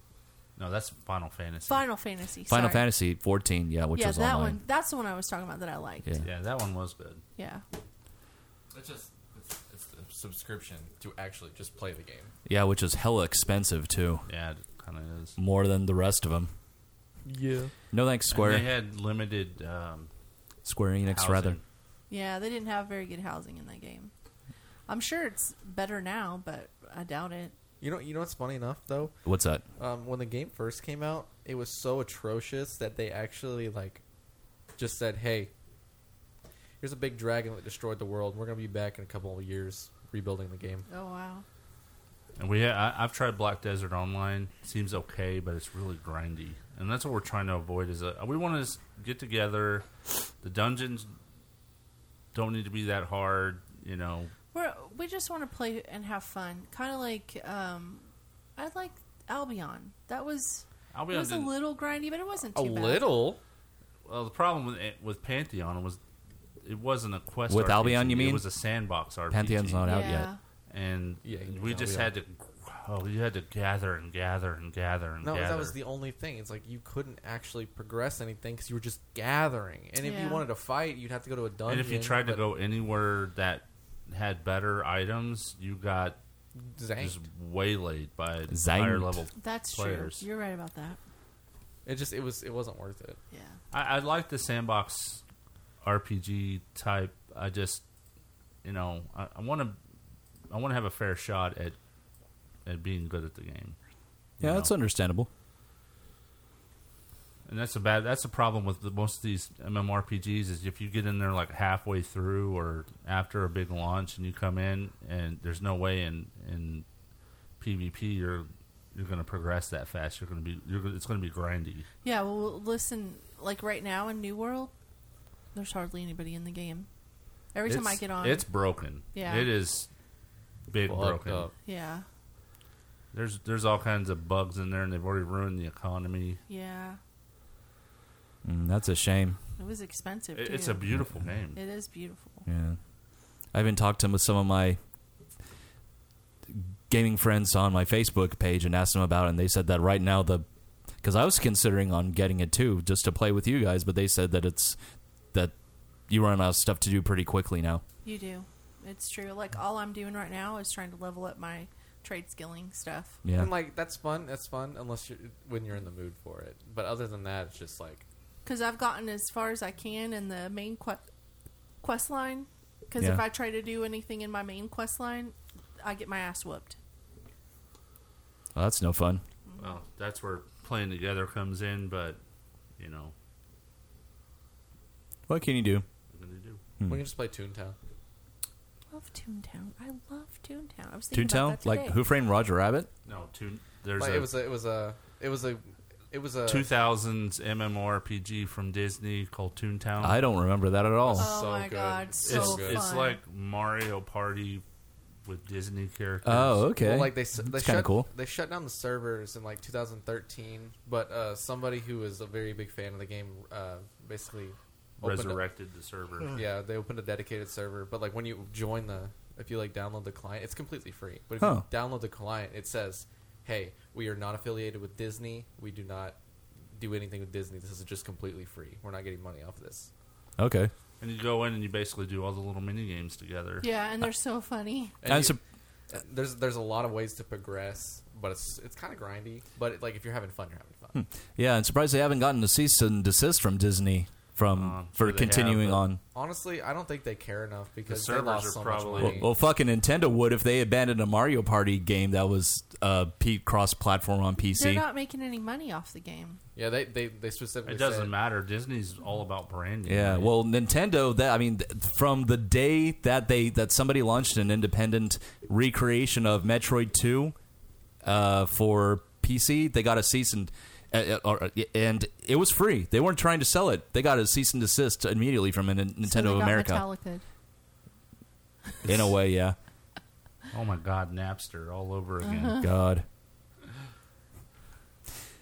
I: No, that's Final Fantasy.
G: Final Fantasy.
H: Final
G: sorry.
H: Fantasy 14, yeah, which
G: yeah,
H: was
G: that
H: online.
G: one. That's the one I was talking about that I liked.
H: Yeah.
I: Yeah, that one was good.
G: Yeah.
J: It's just it's, it's the subscription to actually just play the game.
H: Yeah, which was hella expensive, too.
I: Yeah, it kind of is.
H: More than the rest of them.
L: Yeah.
H: No thanks, Square.
I: And they had limited. Um,
H: Square Enix, rather.
I: housing.
G: Yeah, they didn't have very good housing in that game. I'm sure it's better now, but I doubt it.
J: You know, you know what's funny enough though.
H: What's that?
J: Um, when the game first came out, it was so atrocious that they actually like just said, "Hey, here's a big dragon that destroyed the world. We're gonna be back in a couple of years rebuilding the game."
G: Oh wow.
I: And we, I, I've tried Black Desert Online. Seems okay, but it's really grindy, and that's what we're trying to avoid. Is that we want to get together. The dungeons don't need to be that hard, you know.
G: We're, we just want to play and have fun, kind of like um, I like Albion. That was
I: Albion
G: it was a
I: didn't-
G: little grindy, but it wasn't
J: A
G: too bad.
J: little.
I: Well, the problem with with eh, Pantheon was it wasn't a quest
H: With
I: RPG.
H: Albion, you mean?
I: It was a sandbox RPG.
H: Pantheon's not out yet. Yeah.
I: And
J: Yeah, you
I: we
J: know,
I: just
J: we
I: had to. Oh, you had to gather and gather and gather and
J: No,
I: gather.
J: that was the only thing. It's like you couldn't actually progress anything because you were just gathering. And if
I: Yeah.
J: you wanted to fight, you'd have to go to a
I: and
J: dungeon.
I: if you tried to
J: but-
I: go anywhere that had better items, you got just waylaid by higher
J: Zanked.
I: level
G: That's
I: players.
G: true. You're right about that.
J: it just it was it wasn't worth it.
G: Yeah.
I: I, I like the sandbox RPG type. I just, you know, I want to, I want to have a fair shot at, at being good at the game,
H: Yeah, that's understandable.
I: and that's a bad. That's a problem with the, most of these MMORPGs is if you get in there like halfway through or after a big launch and you come in and there's no way in in PvP you're you're going to progress that fast. You're going to be you're gonna- it's going to be grindy.
G: Yeah, well, listen, like right now in New World, there's hardly anybody in the game. Every time I
I: It's-
G: get on,
I: it's broken.
G: Yeah.
I: it is big
J: Fucked
I: broken.
J: up.
G: Yeah.
I: There's there's all kinds of bugs in there, and they've already ruined the economy.
G: Yeah.
H: Mm, that's a shame.
G: It was expensive.
I: It- it's
G: too.
I: a beautiful game.
G: It is beautiful.
H: Yeah. I even talked to some of my gaming friends on my Facebook page and asked them about it, and they said that right now the because I was considering on getting it too just to play with you guys, but they said that it's that you run out of stuff to do pretty quickly now.
G: You do. It's true. Like all I'm doing right now is trying to level up my trade skilling stuff.
H: Yeah.
J: And like that's fun. That's fun unless you're when you're in the mood for it. But other than that, it's just like
G: Because I've gotten as far as I can in the main que- quest line. Because if
H: Yeah.
G: I try to do anything in my main quest line, I get my ass whooped.
H: Well, that's no fun.
I: Well, that's where playing together comes in, but you know,
H: What can you do?
I: what can you do?
H: Hmm.
J: we can just play Toontown.
G: Love Toontown. I love Toontown. I was thinking
H: Toontown,
G: about that
H: like
G: today.
H: Who Framed Roger Rabbit?
I: No, Toon. There's
J: like,
I: a,
J: it was a it was a it was a it was a
I: 2000s MMORPG from Disney called Toontown.
H: I don't remember that at all.
G: Oh my God, so
I: it's,
G: good.
I: it's
G: fun.
I: like Mario Party with Disney characters.
H: Oh, okay.
J: Well, like they s- they
H: That's kinda
J: shut
H: cool.
J: they shut down the servers in like 2013, but uh, somebody who was a very big fan of the game uh, basically opened a-
I: Resurrected the server.
J: Yeah, they opened a dedicated server, but like when you join the if you like download the client, it's completely free. But if
H: Huh.
J: you download the client, it says, "Hey, we are not affiliated with Disney. We do not do anything with Disney. This is just completely free. We're not getting money off of this."
H: Okay.
I: And you go in and you basically do all the little mini games together.
G: Yeah, and they're so funny.
J: And
H: I'm
J: you-
H: sup-
J: Uh, there's there's a lot of ways to progress, but it's it's kind of grindy. But like if you're having fun, you're having fun.
H: Hmm. Yeah, I'm surprised they haven't gotten a cease and desist from Disney from
J: Uh,
H: for
J: sure they
H: continuing
J: have, but-
H: on.
J: Honestly, I don't think they care enough because they
I: servers
J: lost
I: are
J: so
I: probably-
J: much
H: Well,
J: money.
H: well, fucking Nintendo would if they abandoned a Mario Party game that was uh, P- cross-platform on
G: They're
H: PC.
G: not making any money off the game.
J: yeah, they they they specifically
I: It doesn't
J: said-
I: matter. Disney's all about branding.
H: yeah, well, Nintendo. That I mean, th- from the day that they that somebody launched an independent recreation of Metroid Two uh, for PC, they got a cease and uh, uh, or- and it was free. They weren't trying to sell it. They got a cease and desist immediately from N- Nintendo
G: So they
H: of
G: got
H: America.
G: Metallica'd.
H: In a way, yeah.
I: Oh my God, Napster all over again.
G: Uh-huh.
H: God.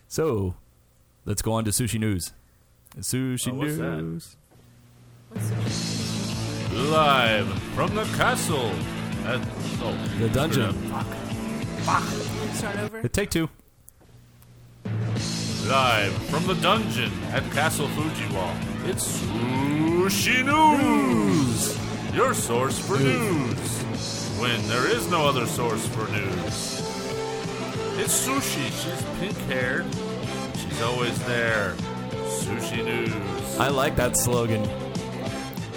H: So, let's go on to sushi news. Sushi
I: Oh, what's that?
H: news.
I: Live from the castle. At, oh,
H: The dungeon.
I: Fuck.
G: Start over.
H: Take two.
I: Live from the dungeon at Castle Fujiwara. It's Sushi News! Your source for news. When there is no other source for news. It's Sushi. She's pink haired. She's always there. Sushi News.
H: I like that slogan.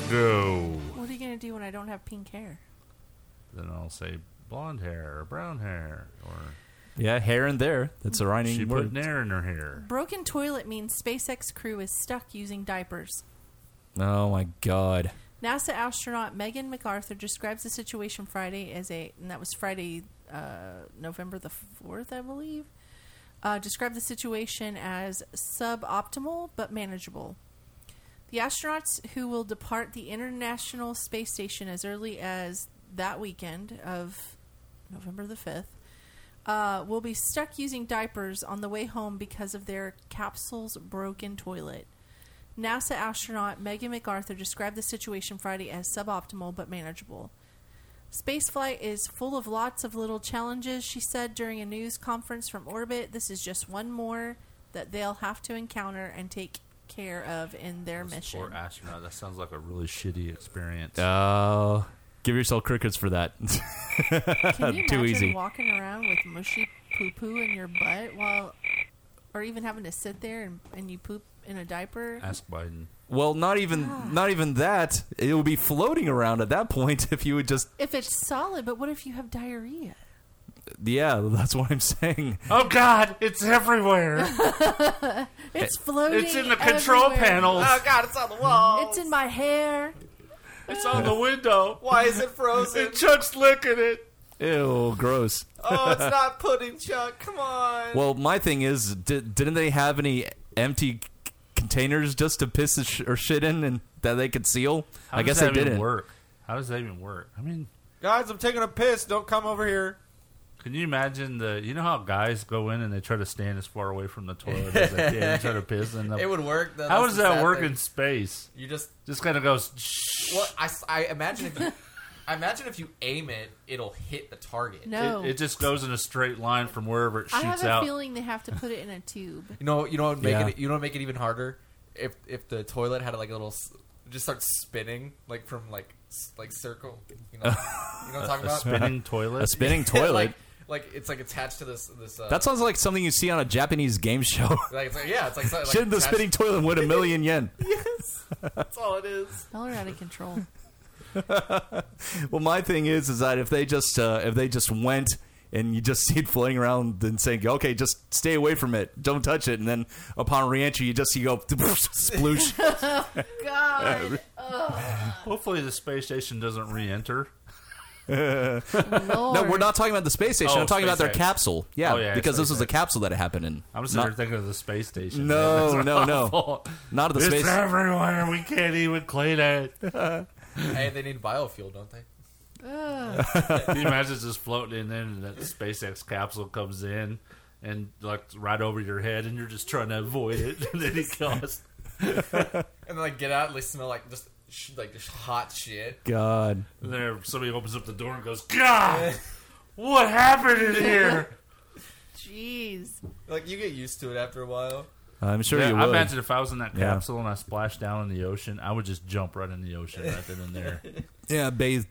I: Go.
G: What are you gonna do when I don't have pink hair?
I: Then I'll say blonde hair or brown hair or.
H: Yeah, hair in there. That's a rhyming
I: She
H: word.
I: put Nair in her hair.
G: Broken toilet means SpaceX crew is stuck using diapers.
H: Oh my god.
G: NASA astronaut Megan MacArthur describes the situation Friday as a, and that was Friday, uh, November the 4th, I believe, uh, described the situation as suboptimal but manageable. The astronauts who will depart the International Space Station as early as that weekend of November the 5th uh, will be stuck using diapers on the way home because of their capsule's broken toilet. NASA astronaut Megan MacArthur described the situation Friday as suboptimal but manageable. Spaceflight is full of lots of little challenges, she said during a news conference from orbit. This is just one more that they'll have to encounter and take care of in their mission.
I: Poor astronaut. That sounds like a really shitty experience.
H: Oh, give yourself crickets for that.
G: Can you
H: Too
G: imagine
H: easy.
G: walking around with mushy poo poo in your butt while, or even having to sit there and, and you poop in a diaper?
I: Ask Biden.
H: Well, not
J: Ah.
H: even not even that. It would be floating around at that point if you would just.
G: If it's solid, but what if you have diarrhea?
H: Yeah, that's what I'm saying.
I: Oh God, it's everywhere.
G: it's floating.
I: It's in the control
G: everywhere.
I: panels. Oh,
J: God, it's on the wall.
G: It's in my hair.
I: It's on the window.
J: Why is it frozen?
I: And Chuck's licking it.
H: Ew, gross.
J: oh, it's not pudding, Chuck. Come on.
H: Well, my thing is, di- didn't they have any empty c- containers just to piss sh- or shit in, and that they could seal?
I: How
H: I
I: does
H: guess
I: that
H: they
I: even
H: didn't.
I: work. How does that even work? I mean,
J: Guys, I'm taking a piss. Don't come over here.
I: Can you imagine the? You know how guys go in and they try to stand as far away from the toilet as they can and try to piss. And the-
J: It would work, though.
I: How
J: That's
I: does
J: the
I: that
J: sad
I: work
J: thing.
I: in space?
J: You just
I: just kind of goes.
J: Well, I, s- I imagine if you, I imagine if you aim it, it'll hit the target.
G: No.
I: It, it just goes in a straight line from wherever it
G: Oh. I have
I: shoots
G: a
I: out.
G: feeling they have to put it in a tube.
J: You know, you know, what would make
I: Yeah.
J: it, e, you know, what would make it even harder if if the toilet had like a little, s- just start spinning like from like s- like circle. You know, you know what I'm talking
H: A
J: about?
H: spinning toilet? A spinning toilet?
J: like, like it's like attached to this this. Uh,
H: That sounds like something you see on a Japanese game show.
J: Like, it's like- yeah, it's like so- like
H: shit in the
J: attached-
H: spinning toilet and win a million yen.
J: yes, that's all it is.
G: Y'all are out of control.
H: well, my thing is, is that if they just uh, if they just went and you just see it floating around and saying, "Okay, just stay away from it, don't touch it," and then upon reentry, you just you go sploosh.
G: God.
I: Hopefully, the space station doesn't re-enter.
H: no,
I: Lord.
H: we're not talking about the space station.
I: Oh,
H: I'm talking about their
I: SpaceX.
H: capsule. Yeah,
I: Oh, yeah,
H: because this was
I: SpaceX.
H: the capsule that it happened in.
I: I'm just
H: Not-
I: thinking of the space station.
H: No,
I: That's
H: no, no.
I: awful.
H: Not of the
I: it's
H: space-
I: everywhere. We can't even clean it. Can
J: hey, they need biofuel, don't they?
I: you imagine it's just floating in there and that SpaceX capsule comes in and like right over your head, and you're just trying to avoid it, and then it goes.
J: and then like get out and they smell like just sh- like just hot shit.
H: God.
I: And there, somebody opens up the door and goes, "God, what happened in here?"
G: Jeez.
J: Like you get used to it after a while.
H: I'm sure
I: Yeah,
H: you
I: I
H: would.
I: imagine if I was in that
H: Yeah.
I: capsule and I splashed down in the ocean, I would just jump right in the ocean right then and there.
H: Yeah, bathe.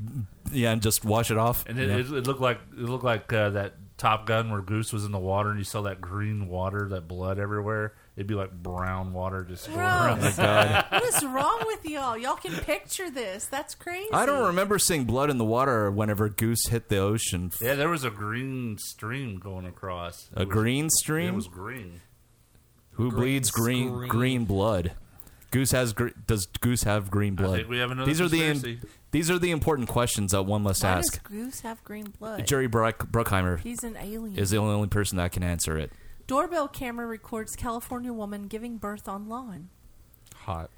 H: Yeah, and just wash it off.
I: And it,
H: Yeah.
I: it, it looked like it looked like uh, that Top Gun where Goose was in the water and you saw that green water, that blood everywhere. It'd be like brown water just going around.
G: Gross.
I: the guy.
G: what is wrong with y'all? Y'all can picture this. That's crazy.
H: I don't remember seeing blood in the water whenever Goose hit the ocean.
I: Yeah, there was a green stream going across.
H: A green stream?
I: It was green.
H: Who
I: Green
H: bleeds green
I: screen.
H: green blood? Goose has gr- does Goose have green blood?
I: think we have another
H: these are the
I: conspiracy.
H: these are the important questions that one must
G: Why
H: ask.
G: does Goose have green blood?
H: Jerry Bruck- Bruckheimer
G: He's an alien.
H: is the only, only person that can answer it.
G: Doorbell camera records California woman giving birth on lawn.
H: Hot.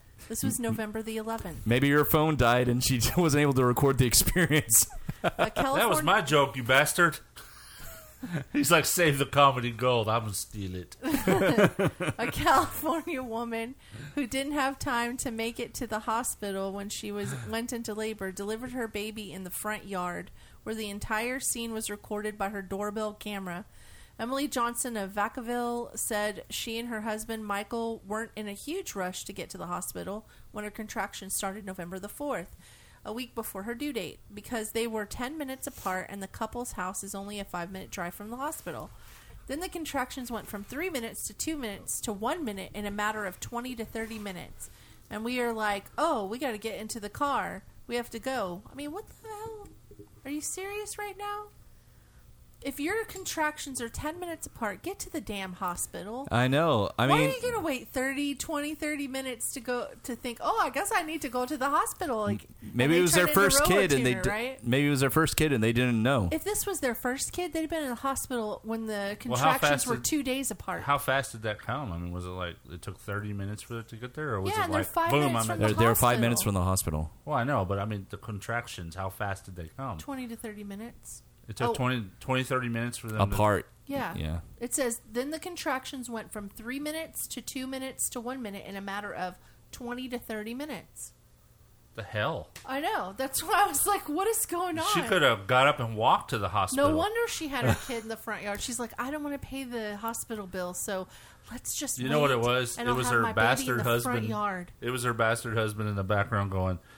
G: This was November the 11th.
H: Maybe your phone died and she wasn't able to record the experience.
I: That was my joke, you bastard. He's like, save the comedy gold. I'm gonna steal it.
G: a California woman who didn't have time to make it to the hospital when she was went into labor delivered her baby in the front yard where the entire scene was recorded by her doorbell camera. Emily Johnson of Vacaville said she and her husband Michael weren't in a huge rush to get to the hospital when her contractions started November the 4th, a week before her due date, because they were 10 minutes apart and the couple's house is only a 5-minute drive from the hospital. Then the contractions went from three minutes to two minutes to one minute in a matter of 20 to 30 minutes. And we are like, oh, we got to get into the car. We have to go. I mean, what the hell? Are you serious right now? If your contractions are 10 minutes apart, get to the damn hospital.
H: I know. I
G: Why
H: mean,
G: are you going to wait 30, 20, 30 minutes to go to think, oh, I guess I need to go to the hospital? Like, and
H: maybe
G: they
H: it was their
G: turn into
H: first kid and they
G: Robotuner,
H: di-
G: right?
H: maybe it was their first kid and they didn't know.
G: If this was their first kid, they'd have been in the hospital when the
I: Well, how
G: contractions
I: fast
G: were
I: did-
G: two days apart.
I: How fast did that count? I mean, was it like it took 30 minutes for it to get there, or was
G: Yeah,
I: it
G: and they're
I: like
G: five
I: boom?
G: minutes
I: I'm
G: from
I: in
G: the
H: They're,
I: there?
H: they're five minutes from the hospital.
I: Well, I know, but I mean the contractions. How fast did they come?
G: 20 to 30 minutes.
I: It took
G: Oh,
I: twenty, twenty, thirty 20, 30 minutes for them to-
H: Apart.
G: Yeah. It says then the contractions went from three minutes to two minutes to one minute in a matter of twenty to thirty minutes.
I: The hell?
G: I know. That's why I was like, "What is going on?"
I: She could have got up and walked to the hospital.
G: No wonder she had her kid in the front yard. She's like, I don't want to pay the hospital bill, so let's just.
I: You know what
G: wait,
I: it was?
G: and
I: it
G: I'll
I: was
G: have
I: her
G: my baby in
I: bastard
G: the front
I: husband.
G: yard.
I: It was her bastard husband in the background going,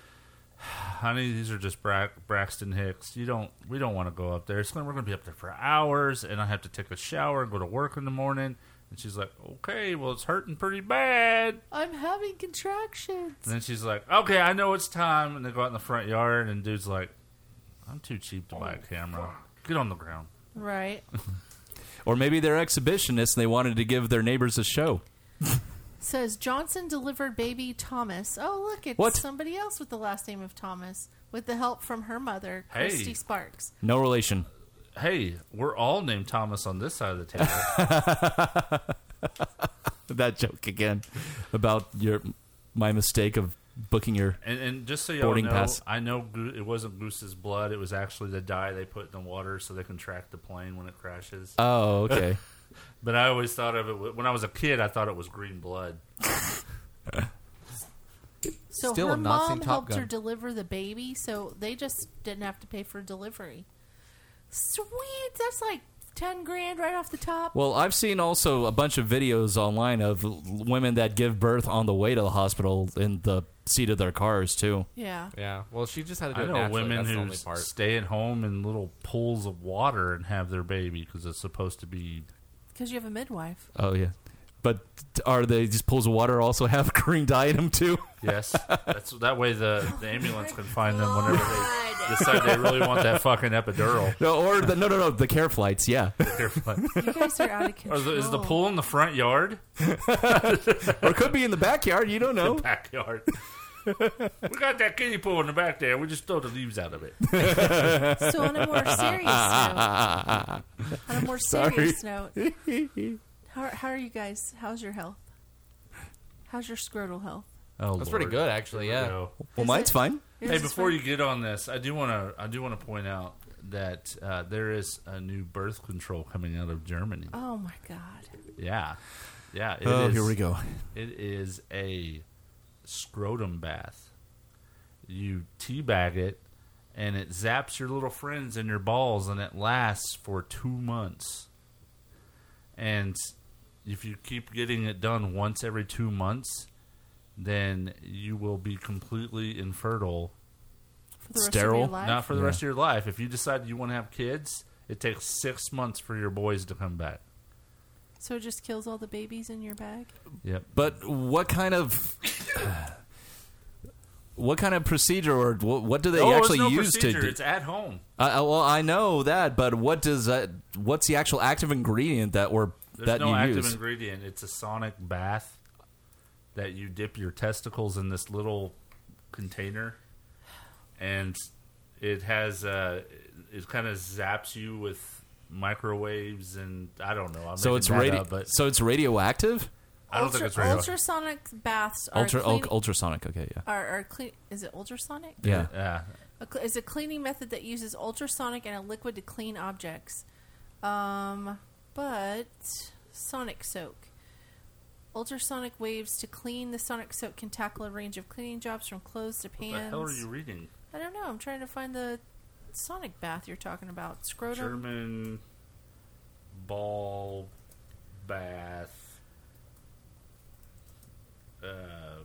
I: "Honey, these are just Bra- Braxton Hicks. You don't. We don't want to go up there. It's gonna, we're going to be up there for hours, and I have to take a shower and go to work in the morning." And she's like, "Okay, well, it's hurting pretty bad."
G: I'm having contractions.
I: And then she's like, "Okay, I know it's time." And they go out in the front yard, and dude's like, "I'm too cheap to buy a camera. Get on the ground."
G: Right.
H: Or maybe they're exhibitionists and they wanted to give their neighbors a show.
G: Says Johnson delivered baby Thomas. Oh, look, it's
H: What?
G: somebody else with the last name of Thomas, with the help from her mother,
I: Hey.
G: Christy Sparks.
H: No relation.
I: Hey, we're all named Thomas on this side of the table.
H: that joke again about your my mistake of booking your
I: and, and just so y'all
H: boarding
I: know,
H: pass.
I: I know Goo- it wasn't Goose's blood. It was actually the dye they put in the water so they can track the plane when it crashes.
J: Uh,
H: Oh, okay.
I: but I always thought of it w- when I was a kid. I thought it was green blood.
G: So
I: Still
G: her
I: have not seen
G: mom
I: Top
G: helped
I: Gun.
G: her deliver the baby, so they just didn't have to pay for delivery. Sweet, that's like ten grand right off the top.
H: Well, I've seen also a bunch of videos online of l- women that give birth on the way to the hospital in the seat of their cars too.
G: Yeah.
J: Yeah. Well, she just had to do
I: I
J: it
I: know
J: naturally.
I: women
J: That's the
I: who
J: only part.
I: stay at home in little pools of water and have their baby because it's supposed to be.
G: Because you have a midwife.
H: Oh yeah. But are they just pools of water also have green dye in them too?
I: Yes, that's that way the, the ambulance can find them
G: Oh
I: whenever they decide they really want that fucking epidural.
H: No, or the, no, no, no, the care flights. Yeah,
I: care flights.
G: You guys are out of
I: Or
G: control.
I: is the- is the pool in the front yard?
H: or could be in the backyard. You don't know.
I: The backyard. we got that kiddie pool in the back there. We just throw the leaves out of it.
G: So on a more serious note- On a more serious note, how, how are you guys? How's your health? How's your scrotal health?
H: Oh,
J: That's pretty good, actually, yeah.
H: Well, mine's fine.
G: Yours
I: Hey,
G: is
I: before you get on this, I do want to I do want to point out that uh, there is a new birth control coming out of Germany.
G: Oh my god!
I: Yeah, yeah. it
H: Oh,
I: is-
H: here we go.
I: It is a scrotum bath. You teabag it, and it zaps your little friends in your balls, and it lasts for two months. And if you keep getting it done once every two months, then you will be completely infertile.
G: For the rest of your Sterile? life?
I: Not for the
G: Yeah.
I: rest of your life. If you decide you want to have kids, it takes six months for your boys to come back.
G: So it just kills all the babies in your bag.
I: Yep.
H: But what kind of what kind of procedure or what, what do they
I: Oh, it's
H: actually
I: no
H: use
I: procedure.
H: to? Do?
I: It's at home.
H: Uh, uh, well, I know that, but what does that? What's the actual active ingredient that or
I: There's
H: that
I: no
H: you
I: active
H: use?
I: ingredient. It's a sonic bath that you dip your testicles in this little container, and it has uh, it kind of zaps you with microwaves and I don't know. I'm
H: so
I: making
H: it's
I: that
H: radio.
I: up, but
H: so it's radioactive.
I: I don't think it's radio.
G: Ultrasonic baths are
H: Ultra
G: clean-
H: ul- ultrasonic. Okay, yeah.
G: Are, are clean? Is it ultrasonic?
H: Yeah.
I: Yeah.
G: A cl- is a cleaning method that uses ultrasonic and a liquid to clean objects. Um, but sonic soak. Ultrasonic waves to clean the sonic soak can tackle a range of cleaning jobs from clothes to
I: What
G: pans.
I: the hell are you reading?
G: I don't know. I'm trying to find the sonic bath you're talking about. Scrotum.
I: German ball bath uh,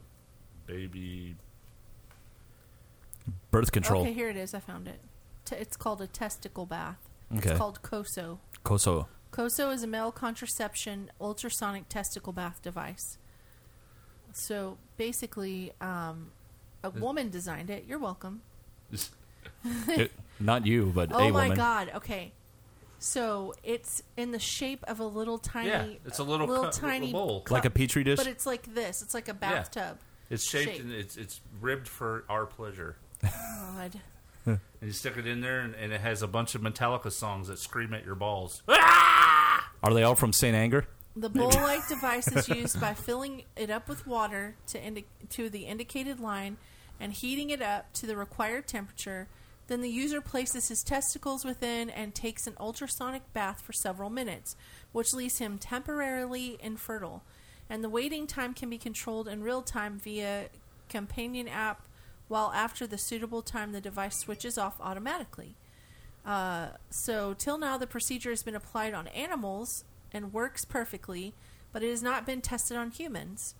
I: baby
H: Birth control.
G: Okay, here it is. I found it. T- it's called a testicle bath.
H: Okay.
G: It's called COSO.
H: Koso.
G: COSO is a male contraception ultrasonic testicle bath device. So basically, um, a woman designed it. You're welcome.
H: It- not you, but
G: oh
H: a
G: my
H: woman.
G: god! Okay, so it's in the shape of a little tiny.
I: Yeah, it's a little cu- little
G: tiny
I: bowl.
G: cup,
H: Like a Petri dish?
G: but it's like this. It's like a
I: Yeah.
G: bathtub.
I: It's shaped
G: shape.
I: and it's it's ribbed for our pleasure.
G: God.
I: and you stick it in there, and, and it has a bunch of Metallica songs that scream at your balls.
H: Are they all from Saint Anger?
G: The bowl-like device is used by filling it up with water to indi- to the indicated line and heating it up to the required temperature. Then the user places his testicles within and takes an ultrasonic bath for several minutes, which leaves him temporarily infertile. and the waiting time can be controlled in real time via companion app, while after the suitable time, the device switches off automatically. Uh, so, till now, the procedure has been applied on animals and works perfectly, but it has not been tested on humans.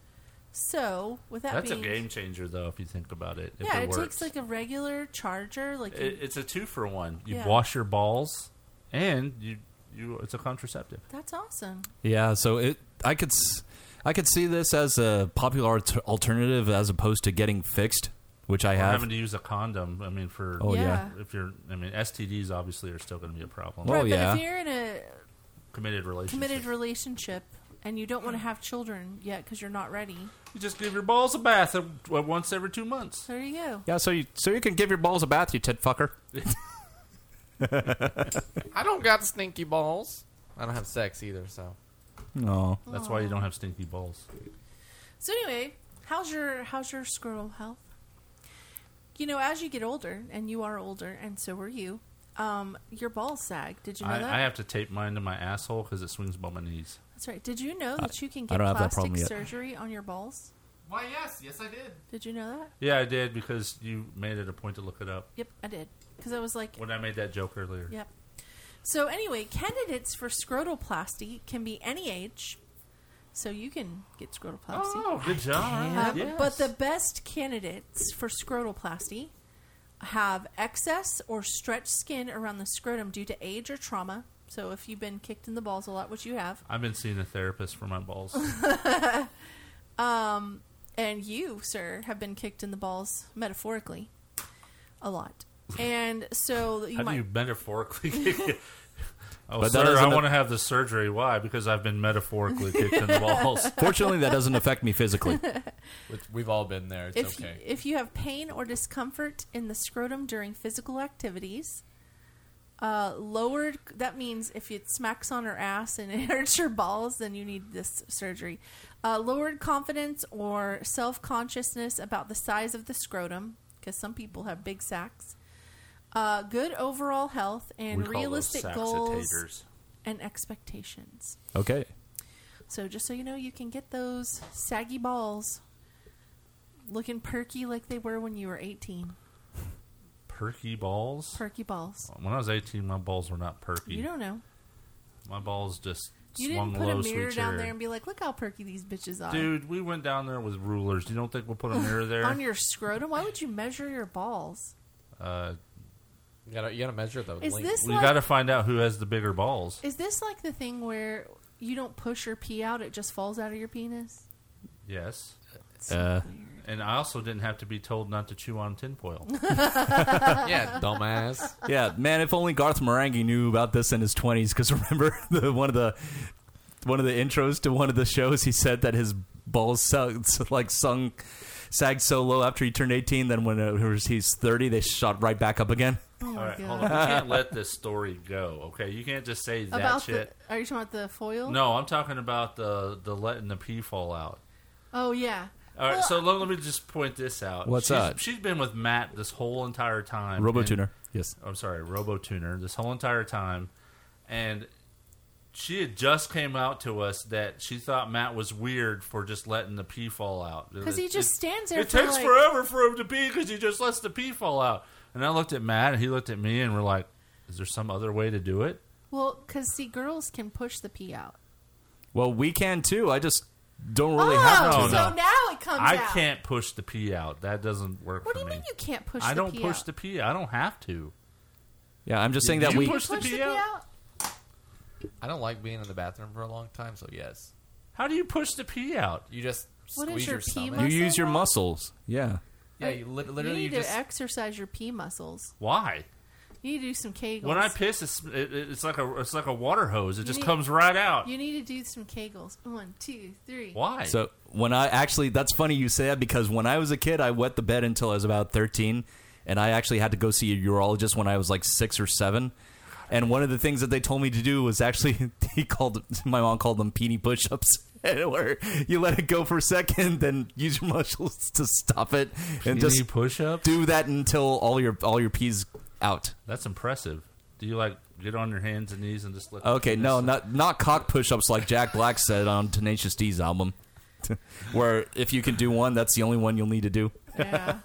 G: So, with that
I: That's a
G: being
I: game changer, though, if you think about it. if
G: yeah,
I: it,
G: it,
I: works.
G: takes like a regular charger, like
I: It- it's a two for one. You
G: Yeah.
I: wash your balls, and you you it's a contraceptive.
G: that's awesome.
H: Yeah, so it I could s- I could see this as a popular alt- alternative as opposed to getting fixed, which I
I: Or
H: have.
I: having to use a condom. I mean, for
H: Oh, yeah.
I: if you're, I mean, STDs obviously are still going to be a problem.
H: Right,
G: but if you're in a
I: committed relationship,
G: committed relationship and you don't
I: Hmm.
G: want to have children yet because you're not ready,
I: you just give your balls a bath uh, once every two months.
G: there you go.
H: Yeah, so you so you can give your balls a bath, you tit fucker.
J: I don't got stinky balls. I don't have sex either, so.
H: No.
I: That's why you don't have stinky balls.
G: So anyway, how's your how's your squirrel health? You know, as you get older, and you are older, and so are you, um, your balls sag. Did you know
I: I,
G: that?
I: I have to tape mine to my asshole because it swings above my knees.
G: That's right. Did you know
I: I-
G: that you can
I: I
G: get
I: don't have that
G: plastic
I: problem yet.
G: surgery on your balls?
J: Why, yes. Yes, I did.
G: Did you know that?
I: Yeah, I did because you made it a point to look it up
G: Yep, I did. Because I was like,
I: when I made that joke earlier.
G: Yep. So anyway, candidates for scrotoplasty can be any age, so you can get scrotoplasty.
I: Oh, good job.
G: Um,
I: Yes.
G: But the best candidates for scrotoplasty have excess or stretched skin around the scrotum due to age or trauma. So if you've been kicked in the balls a lot, which you have,
I: I've been seeing a therapist for my balls.
G: um, and you, sir, have been kicked in the balls metaphorically a lot. And so you
I: How
G: might
I: do you metaphorically kick it? Oh,
H: But that
I: sir, I
H: doesn't-
I: want to have the surgery. Why? Because I've been metaphorically kicked in the balls.
H: Fortunately, that doesn't affect me physically.
J: Which we've all been there. It's
G: if,
J: okay.
G: if you have pain or discomfort in the scrotum during physical activities, uh, lowered, that means if it smacks on her ass and it hurts your balls, then you need this surgery. Uh, lowered confidence or self consciousness about the size of the scrotum, because some people have big sacks. Uh, good overall health and
I: We call those
G: realistic
I: saxitators.
G: goals and expectations.
H: Okay.
G: So just so you know, you can get those saggy balls looking perky like they were when you were 18.
I: Perky balls?
G: Perky balls.
I: When I was 18, my balls were not perky.
G: You don't know.
I: My balls just
G: You
I: swung
G: didn't put
I: low,
G: a mirror
I: sweet
G: down
I: cherry.
G: there and be like, look how perky these bitches are.
I: Dude, we went down there with rulers. You don't think we'll put a mirror there?
G: On your scrotum? Why would you measure your balls?
I: uh,
J: you gotta, you gotta measure the
G: Is length. this
I: we
G: like-
I: got to find out who has the bigger balls.
G: Is this like the thing where you don't push your pee out, it just falls out of your penis?
I: Yes.
H: Uh,
I: and I also didn't have to be told not to chew on tinfoil.
G: Yeah,
H: dumbass. Yeah, man. If only Garth Marenghi knew about this in his twenties. Because remember the one of the one of the intros to one of the shows, he said that his balls sunk, like sunk, sagged so low after he turned eighteen. Then when it was, he's thirty, they shot right back up again.
G: Oh,
I: All right, hold on. You can't let this story go, okay? You can't just say that
G: about
I: shit.
G: the. Are you talking about the foil?
I: No, I'm talking about the the letting the pee fall out.
G: Oh, yeah.
I: All right,
G: Well,
I: so let, let me just point this out.
H: What's
I: she's,
H: that?
I: She's been with Matt this whole entire time.
H: Robotuner,
I: and-
H: yes.
I: I'm sorry, Robotuner. This whole entire time, and she had just came out to us that she thought Matt was weird for just letting the pee fall out
G: 'Cause he
I: It-
G: just
I: it-
G: stands there
I: It
G: for,
I: takes
G: like-
I: forever for him to pee because he just lets the pee fall out. And I looked at Matt, and he looked at me, and we're like, "Is there some other way to do it?"
G: Well, because see, girls can push the pee out.
H: Well, we can too. I just don't really
G: Oh,
H: have to.
G: so now it comes
I: I
G: out.
I: can't push the pee out. That doesn't work.
G: Oh, What
I: for
G: do you
I: me.
G: mean you can't push
I: I
G: the
I: don't
G: pee
I: push
G: out?
I: the pee. I don't have to.
H: Yeah, I'm just saying that
I: You
H: we.
I: push the
G: Push
I: pee out?
J: I don't like being in the bathroom for a long time, so yes.
I: How do you push the pee out?
J: You just
G: What is
J: squeeze
G: your
J: your,
G: pee
J: stomach.
H: You use your muscles. Yeah.
J: Yeah, you lit- literally
G: you need
J: just.
G: to exercise your pee muscles.
I: Why?
G: You need to do some kegels.
I: When I piss, it's, it, it's like a it's like a water hose. It
G: You
I: just
G: need-
I: comes right out.
G: You need to do some kegels. One, two, three.
I: Why?
H: So when I actually, that's funny you say that because when I was a kid, I wet the bed until I was about 13, and I actually had to go see a urologist when I was like six or seven. And one of the things that they told me to do was actually he called my mom called them peenie push-ups, where you let it go for a second, then use your muscles to stop it, and
I: Peenie
H: just
I: push-ups.
H: Do that until all your all your pee's out.
I: That's impressive. Do you like get on your hands and knees and just lick?
H: Okay, no, not not cock push-ups like Jack Black said on Tenacious D's album. Where if you can do one, that's the only one you'll need to do.
G: Yeah.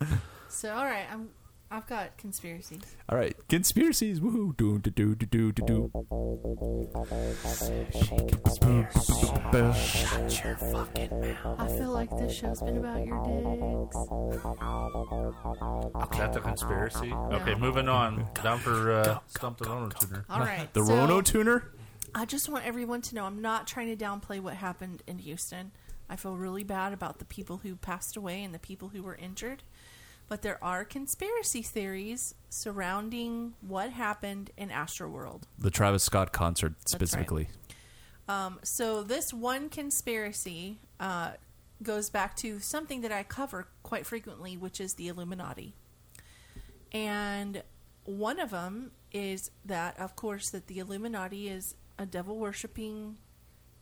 G: so all right, I'm. I've got conspiracies.
H: All right, conspiracies. Woo! Do do do do do do.
G: Shut your fucking mouth. I feel like this show's been about your dicks.
I: Is that the conspiracy? Okay, moving on. Down for uh, Stump the Rono Tuner.
G: All right,
H: The
G: so-
H: Rono tuner.
G: I just want everyone to know I'm not trying to downplay what happened in Houston. I feel really bad about the people who passed away and the people who were injured. But there are conspiracy theories surrounding what happened in Astroworld.
H: The Travis Scott concert
G: That's right.
H: specifically.
G: Um, so this one conspiracy uh, goes back to something that I cover quite frequently, which is the Illuminati. And one of them is that, of course, that the Illuminati is a devil worshipping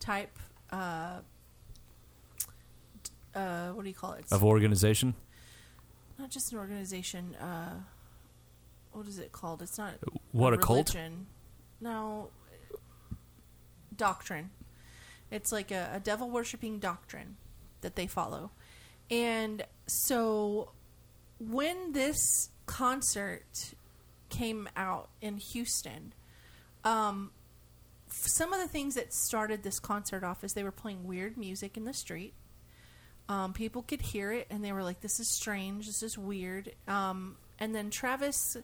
G: type. Uh, d- uh, what do you call it?
H: Of organization.
G: not just an organization. Uh, what is it called? It's not
H: What, a cult?
G: religion. No, doctrine. It's like a, a devil worshipping doctrine that they follow, and so when this concert came out in Houston, um, f- some of the things that started this concert off is they were playing weird music in the street. Um, people could hear it, and they were like, "This is strange. This is weird." Um, and then Travis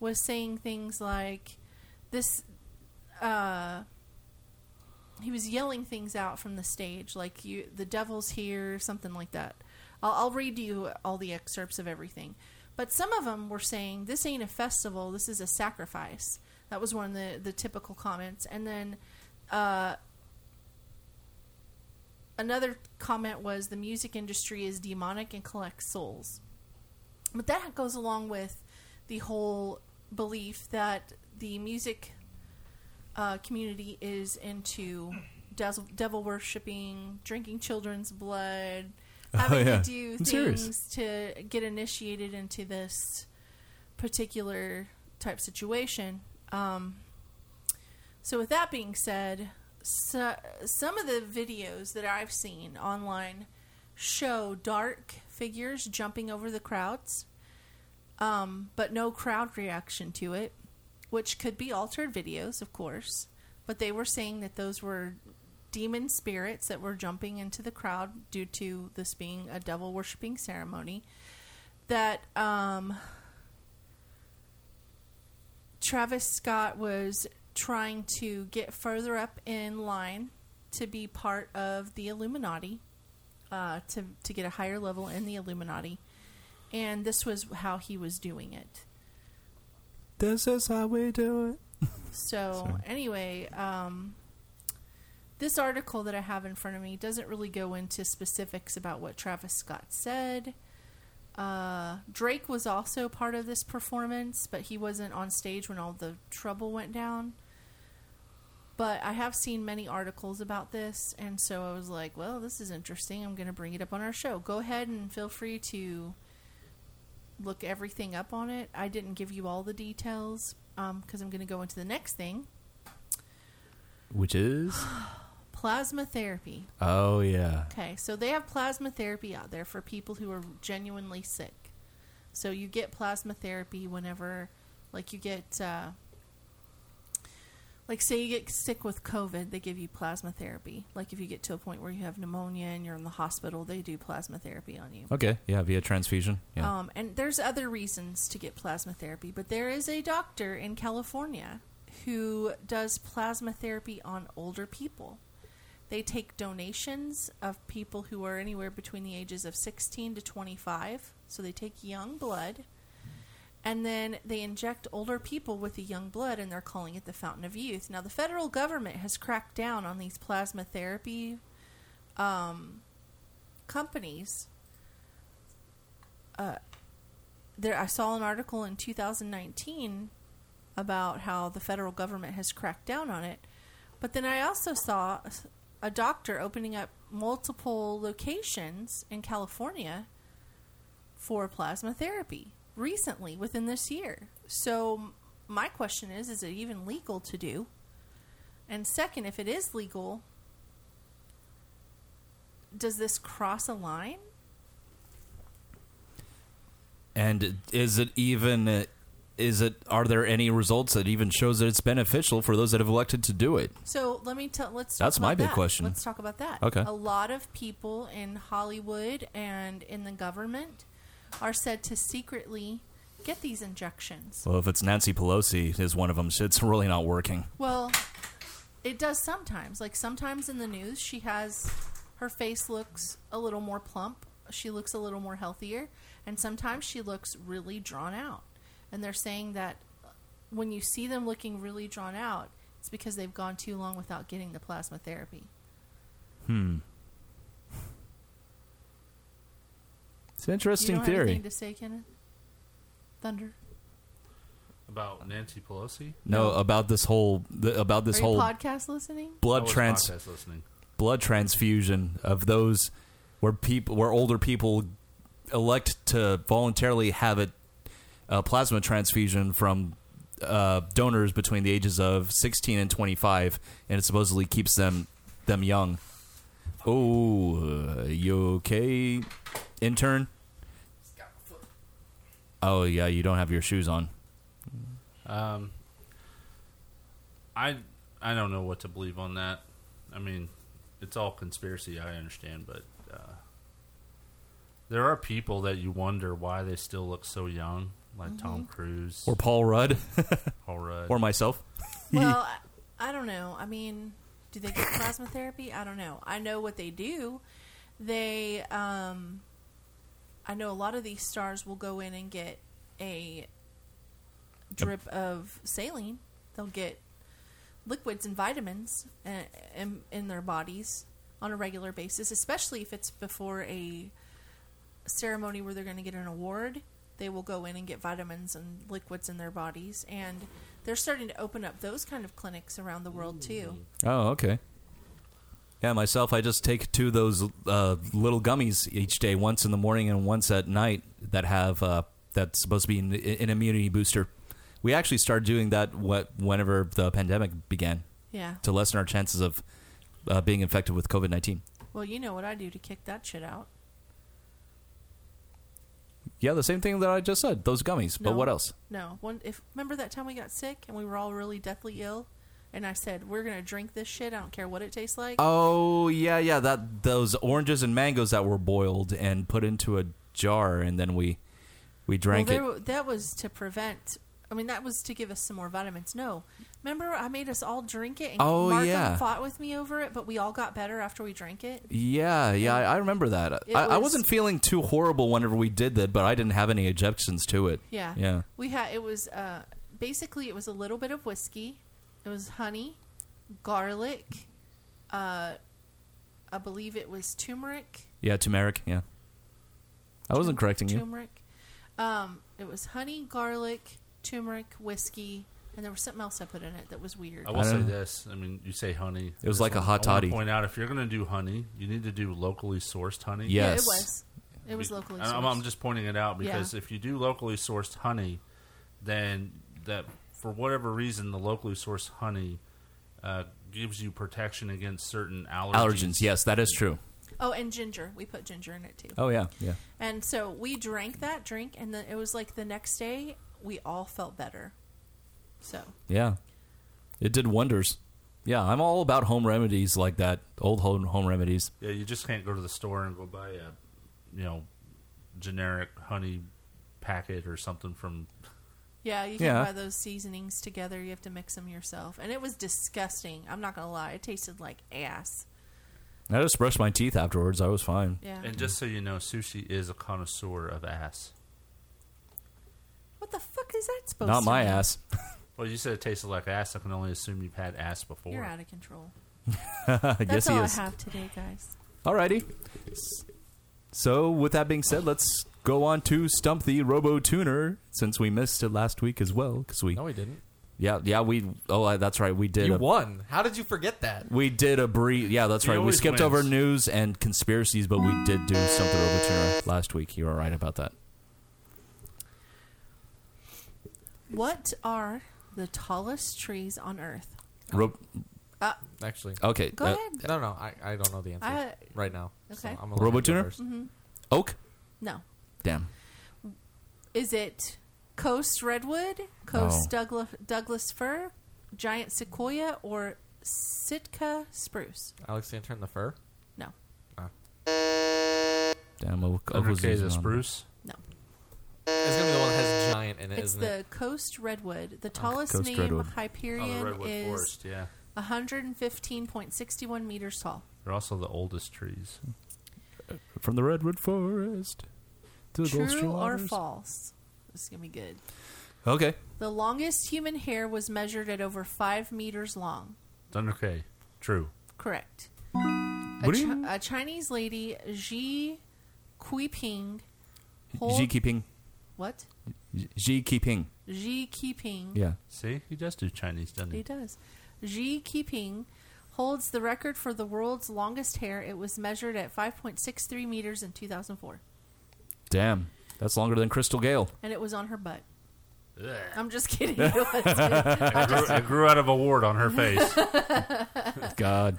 G: was saying things like, "This." Uh, he was yelling things out from the stage, like "You, the devil's here," something like that. I'll, I'll read you all the excerpts of everything, but some of them were saying, "This ain't a festival. This is a sacrifice." That was one of the the typical comments, and then. Uh, another comment was the music industry is demonic and collects souls. But that goes along with the whole belief that the music uh, community is into des- devil worshipping, drinking children's blood,
A: Oh,
G: having
A: yeah.
G: to do
A: I'm serious.
G: things to get initiated into this particular type situation. Um, so, with that being said, so, some of the videos that I've seen online show dark figures jumping over the crowds, um, but no crowd reaction to it, which could be altered videos, of course. But they were saying that those were demon spirits that were jumping into the crowd due to this being a devil worshipping ceremony. That um, Travis Scott was trying to get further up in line to be part of the Illuminati, uh, to to get a higher level in the Illuminati, and this was how he was doing it.
H: This is how we do it.
G: So anyway, um, this article that I have in front of me doesn't really go into specifics about what Travis Scott said. Uh, Drake was also part of this performance, but he wasn't on stage when all the trouble went down. But I have seen many articles about this, and so I was like, well, this is interesting. I'm going to bring it up on our show. Go ahead and feel free to look everything up on it. I didn't give you all the details because I'm going to go into the next thing
H: Which is
G: plasma therapy.
H: Oh yeah.
G: Okay, so they have plasma therapy out there for people who are genuinely sick. So you get plasma therapy whenever, like, you get, uh, like, say you get sick with COVID, they give you plasma therapy. Like, if you get to a point where you have pneumonia and you're in the hospital, they do plasma therapy on you.
H: Okay. Yeah. Via transfusion. Yeah.
G: Um, and there's other reasons to get plasma therapy, but there is a doctor in California who does plasma therapy on older people. They take donations of people who are anywhere between the ages of 16 to 25. So they take young blood and then they inject older people with the young blood and they're calling it the fountain of youth. Now, the federal government has cracked down on these plasma therapy um, companies uh, there I saw an article in 2019 about how the federal government has cracked down on it. But then I also saw a doctor opening up multiple locations in California for plasma therapy recently within this year. So my question is is it even legal to do? And second, if it is legal, does this cross a line?
H: And is it even? uh, Is it? Are there any results that even shows that it's beneficial for those that have elected to do it?
G: So let me tell. Let's.
H: That's
G: talk
H: my
G: about
H: big
G: that.
H: question.
G: Let's talk about that.
H: Okay.
G: A lot of people in Hollywood and in the government are said to secretly get these injections.
H: Well, if it's Nancy Pelosi is one of them, it's really not working.
G: Well, it does sometimes. Like sometimes in the news, she has her face looks a little more plump. She looks a little more healthier, and sometimes she looks really drawn out. And they're saying that when you see them looking really drawn out, it's because they've gone too long without getting the plasma therapy.
H: Hmm. It's an interesting
G: you don't Have
H: theory.
G: anything to say, Kenneth? Thunder.
I: About Nancy Pelosi?
H: No, about this whole the, about this
G: Are
H: whole
G: you podcast listening?
H: blood
I: I was
H: trans
I: podcast listening.
H: blood transfusion of those where people where older people elect to voluntarily have a, a plasma transfusion from uh, donors between the ages of 16 and 25 and it supposedly keeps them them young oh uh, you okay intern oh yeah you don't have your shoes on
I: Um, I I don't know what to believe on that. I mean, it's all conspiracy. I understand, but uh, there are people that you wonder why they still look so young, like Tom Cruise
H: or paul rudd
I: Paul Rudd.
H: or myself
G: Well, I, I don't know. I mean, do they get plasma therapy? I don't know. I know what they do. They, um, I know a lot of these stars will go in and get a drip of saline. They'll get liquids and vitamins in, in, in their bodies on a regular basis, especially if it's before a ceremony where they're going to get an award. They will go in and get vitamins and liquids in their bodies, and they're starting to open up those kind of clinics around the world too.
H: Oh, okay. Yeah, myself, I just take two of those uh, little gummies each day, once in the morning and once at night, that have uh, that's supposed to be an, an immunity booster. We actually started doing that what whenever the pandemic began.
G: Yeah.
H: To lessen our chances of uh, being infected with COVID nineteen.
G: Well, you know what I do to kick that shit out.
H: Yeah, the same thing that I just said. Those gummies. But
G: No.
H: what else?
G: No. One if remember that time we got sick and we were all really deathly ill and I said, We're gonna drink this shit, I don't care what it tastes like.
H: Oh yeah, yeah. That those oranges and mangoes that were boiled and put into a jar, and then we we drank
G: well,
H: it.
G: there, wa- that was to prevent I mean that was to give us some more vitamins. No. Remember I made us all drink it and
H: Oh,
G: Markham
H: yeah.
G: fought with me over it, but we all got better after we drank it.
H: Yeah, yeah, I I remember that.
G: It
H: I, I
G: was-
H: wasn't feeling too horrible whenever we did that, but I didn't have any objections to it.
G: Yeah.
H: yeah.
G: We had it was uh basically it was a little bit of whiskey. It was honey, garlic, uh I believe it was turmeric.
H: Yeah, turmeric. Yeah, I wasn't correcting you.
G: Turmeric. Um, it was honey, garlic, turmeric, whiskey, and there was something else I put in it that was weird.
I: I
H: Oh,
I: will say this. I mean, you say honey.
H: It was
I: Just
H: like a
I: wanna-
H: hot
I: I wanna
H: toddy.
I: Point out if you're going to do honey, you need to do locally sourced honey.
H: Yeah, it Yes.
G: was. It was
I: Be-
G: locally
I: and I'm,
G: sourced.
I: I'm just pointing it out
G: Yeah.
I: because if you do locally sourced honey, then that for whatever reason the locally sourced honey uh, gives you protection against certain allergies.
H: Allergens. Yes, that is true.
G: Oh, and ginger. We put ginger in it too.
H: Oh yeah, yeah.
G: And so we drank that drink, and then it was like the next day we all felt better. So
H: Yeah, it did wonders. Yeah, I'm all about home remedies like that. Old home home remedies.
I: Yeah, you just can't go to the store and go buy a, you know, generic honey packet or something from.
G: yeah, you can
I: Yeah.
G: buy those seasonings together. You have to mix them yourself, and it was disgusting. I'm not gonna lie; it tasted like ass.
H: I just brushed my teeth afterwards. I was fine.
G: Yeah.
I: And just so you know, sushi is a connoisseur of ass.
G: What the fuck is that supposed?
H: Not
G: to
H: my
G: mean?
H: ass.
I: Well, you said it tasted like ass. I can only assume you've had ass before.
G: You're out of control.
H: yes,
G: That's
H: he
G: all
H: is.
G: I have today, guys.
H: Alrighty. So, with that being said, let's go on to Stump the Robo Tuner since we missed it last week as well because we.
J: No, we didn't.
H: Yeah, yeah, we. Oh, I- that's right. We did.
J: You
H: a,
J: won. How did you forget that?
H: We did a brief. Yeah, that's
J: He
H: right. We
J: always
H: skipped
J: wins.
H: over news and conspiracies, but we did do Stump the Robo Tuner last week. You were right about that.
G: What are the tallest trees on Earth?
H: Ro-
G: Uh,
J: Actually,
H: Okay, Go uh,
G: ahead.
J: No, no, I, I don't know the answer
G: I-
J: right now.
G: Okay.
J: I'm gonna let you go
H: Robotuner?
J: first.
G: Mhm.
H: Oak?
G: No.
H: Damn.
G: Is it Coast Redwood, Coast
H: No.
G: Douglas, Douglas Fir, Giant Sequoia, or Sitka Spruce?
J: Alex Santern the fur.
G: No.
H: Damn, Oak. Oak
I: Under
H: was
I: K is
H: using
I: a
H: one.
I: spruce.
G: No.
J: It's gonna be the one that has giant in it,
G: it's
J: not
G: the
J: it?
G: Coast Redwood. The tallest
H: Oh, Coast
G: name
H: Redwood.
G: Hyperion
I: Oh, the redwood
G: is
I: forest, yeah.
G: 115.61 meters tall.
I: They're also the oldest trees.
H: From the redwood forest to the Gulf
G: True or
H: waters.
G: false? This is going to be good.
H: Okay.
G: The longest human hair was measured at over five meters long.
I: Under K. True.
G: Correct. A,
H: What do you-
G: Chi- a Chinese lady, Xi Kuiping. hold-
H: Xi Jinping.
G: What?
H: Xi Jinping.
G: Xi Jinping.
H: Yeah.
I: See, he does do Chinese, doesn't
G: He
I: he?
G: does. Xi Jinping holds the record for the world's longest hair. It was measured at 5.63 meters in 2004,
H: Damn. That's longer than Crystal Gale.
G: and it was on her butt.
I: Ugh.
G: I'm just kidding. It was, dude. I'm
I: It grew,
G: just-
I: it grew out of a wart on her face.
H: God.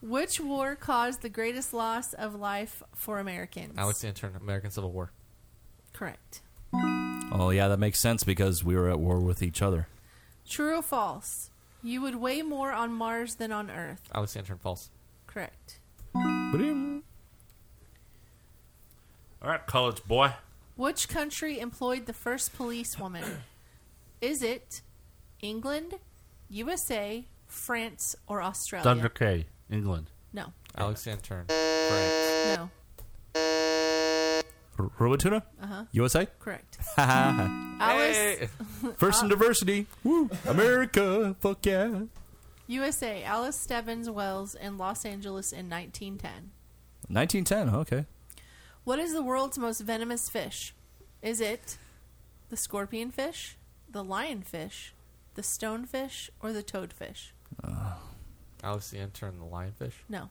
G: Which war caused the greatest loss of life for Americans?
J: Alex Santern, American Civil War.
G: Correct.
H: Oh, yeah, that makes sense because we were at war with each other.
G: True or false? You would weigh more on Mars than on Earth.
J: Alex Santern, false.
G: Correct.
I: All right, college boy.
G: Which country employed the first policewoman? Is it England, USA, France, or Australia?
I: Under K. England.
G: No.
J: Alex Santern.
G: No.
H: R- Robotuna?
G: Uh-huh.
H: USA?
G: Correct.
H: Alice.
G: Alice.
H: First
G: Uh.
H: in diversity. Woo. America. Fuck yeah.
G: USA, Alice Stebbins Wells in Los Angeles in 1910.
H: 1910. Okay.
G: What is the world's most venomous fish? Is it the scorpion fish, the lionfish, the stonefish, or the toadfish?
J: Alex Santern, the lionfish.
G: No.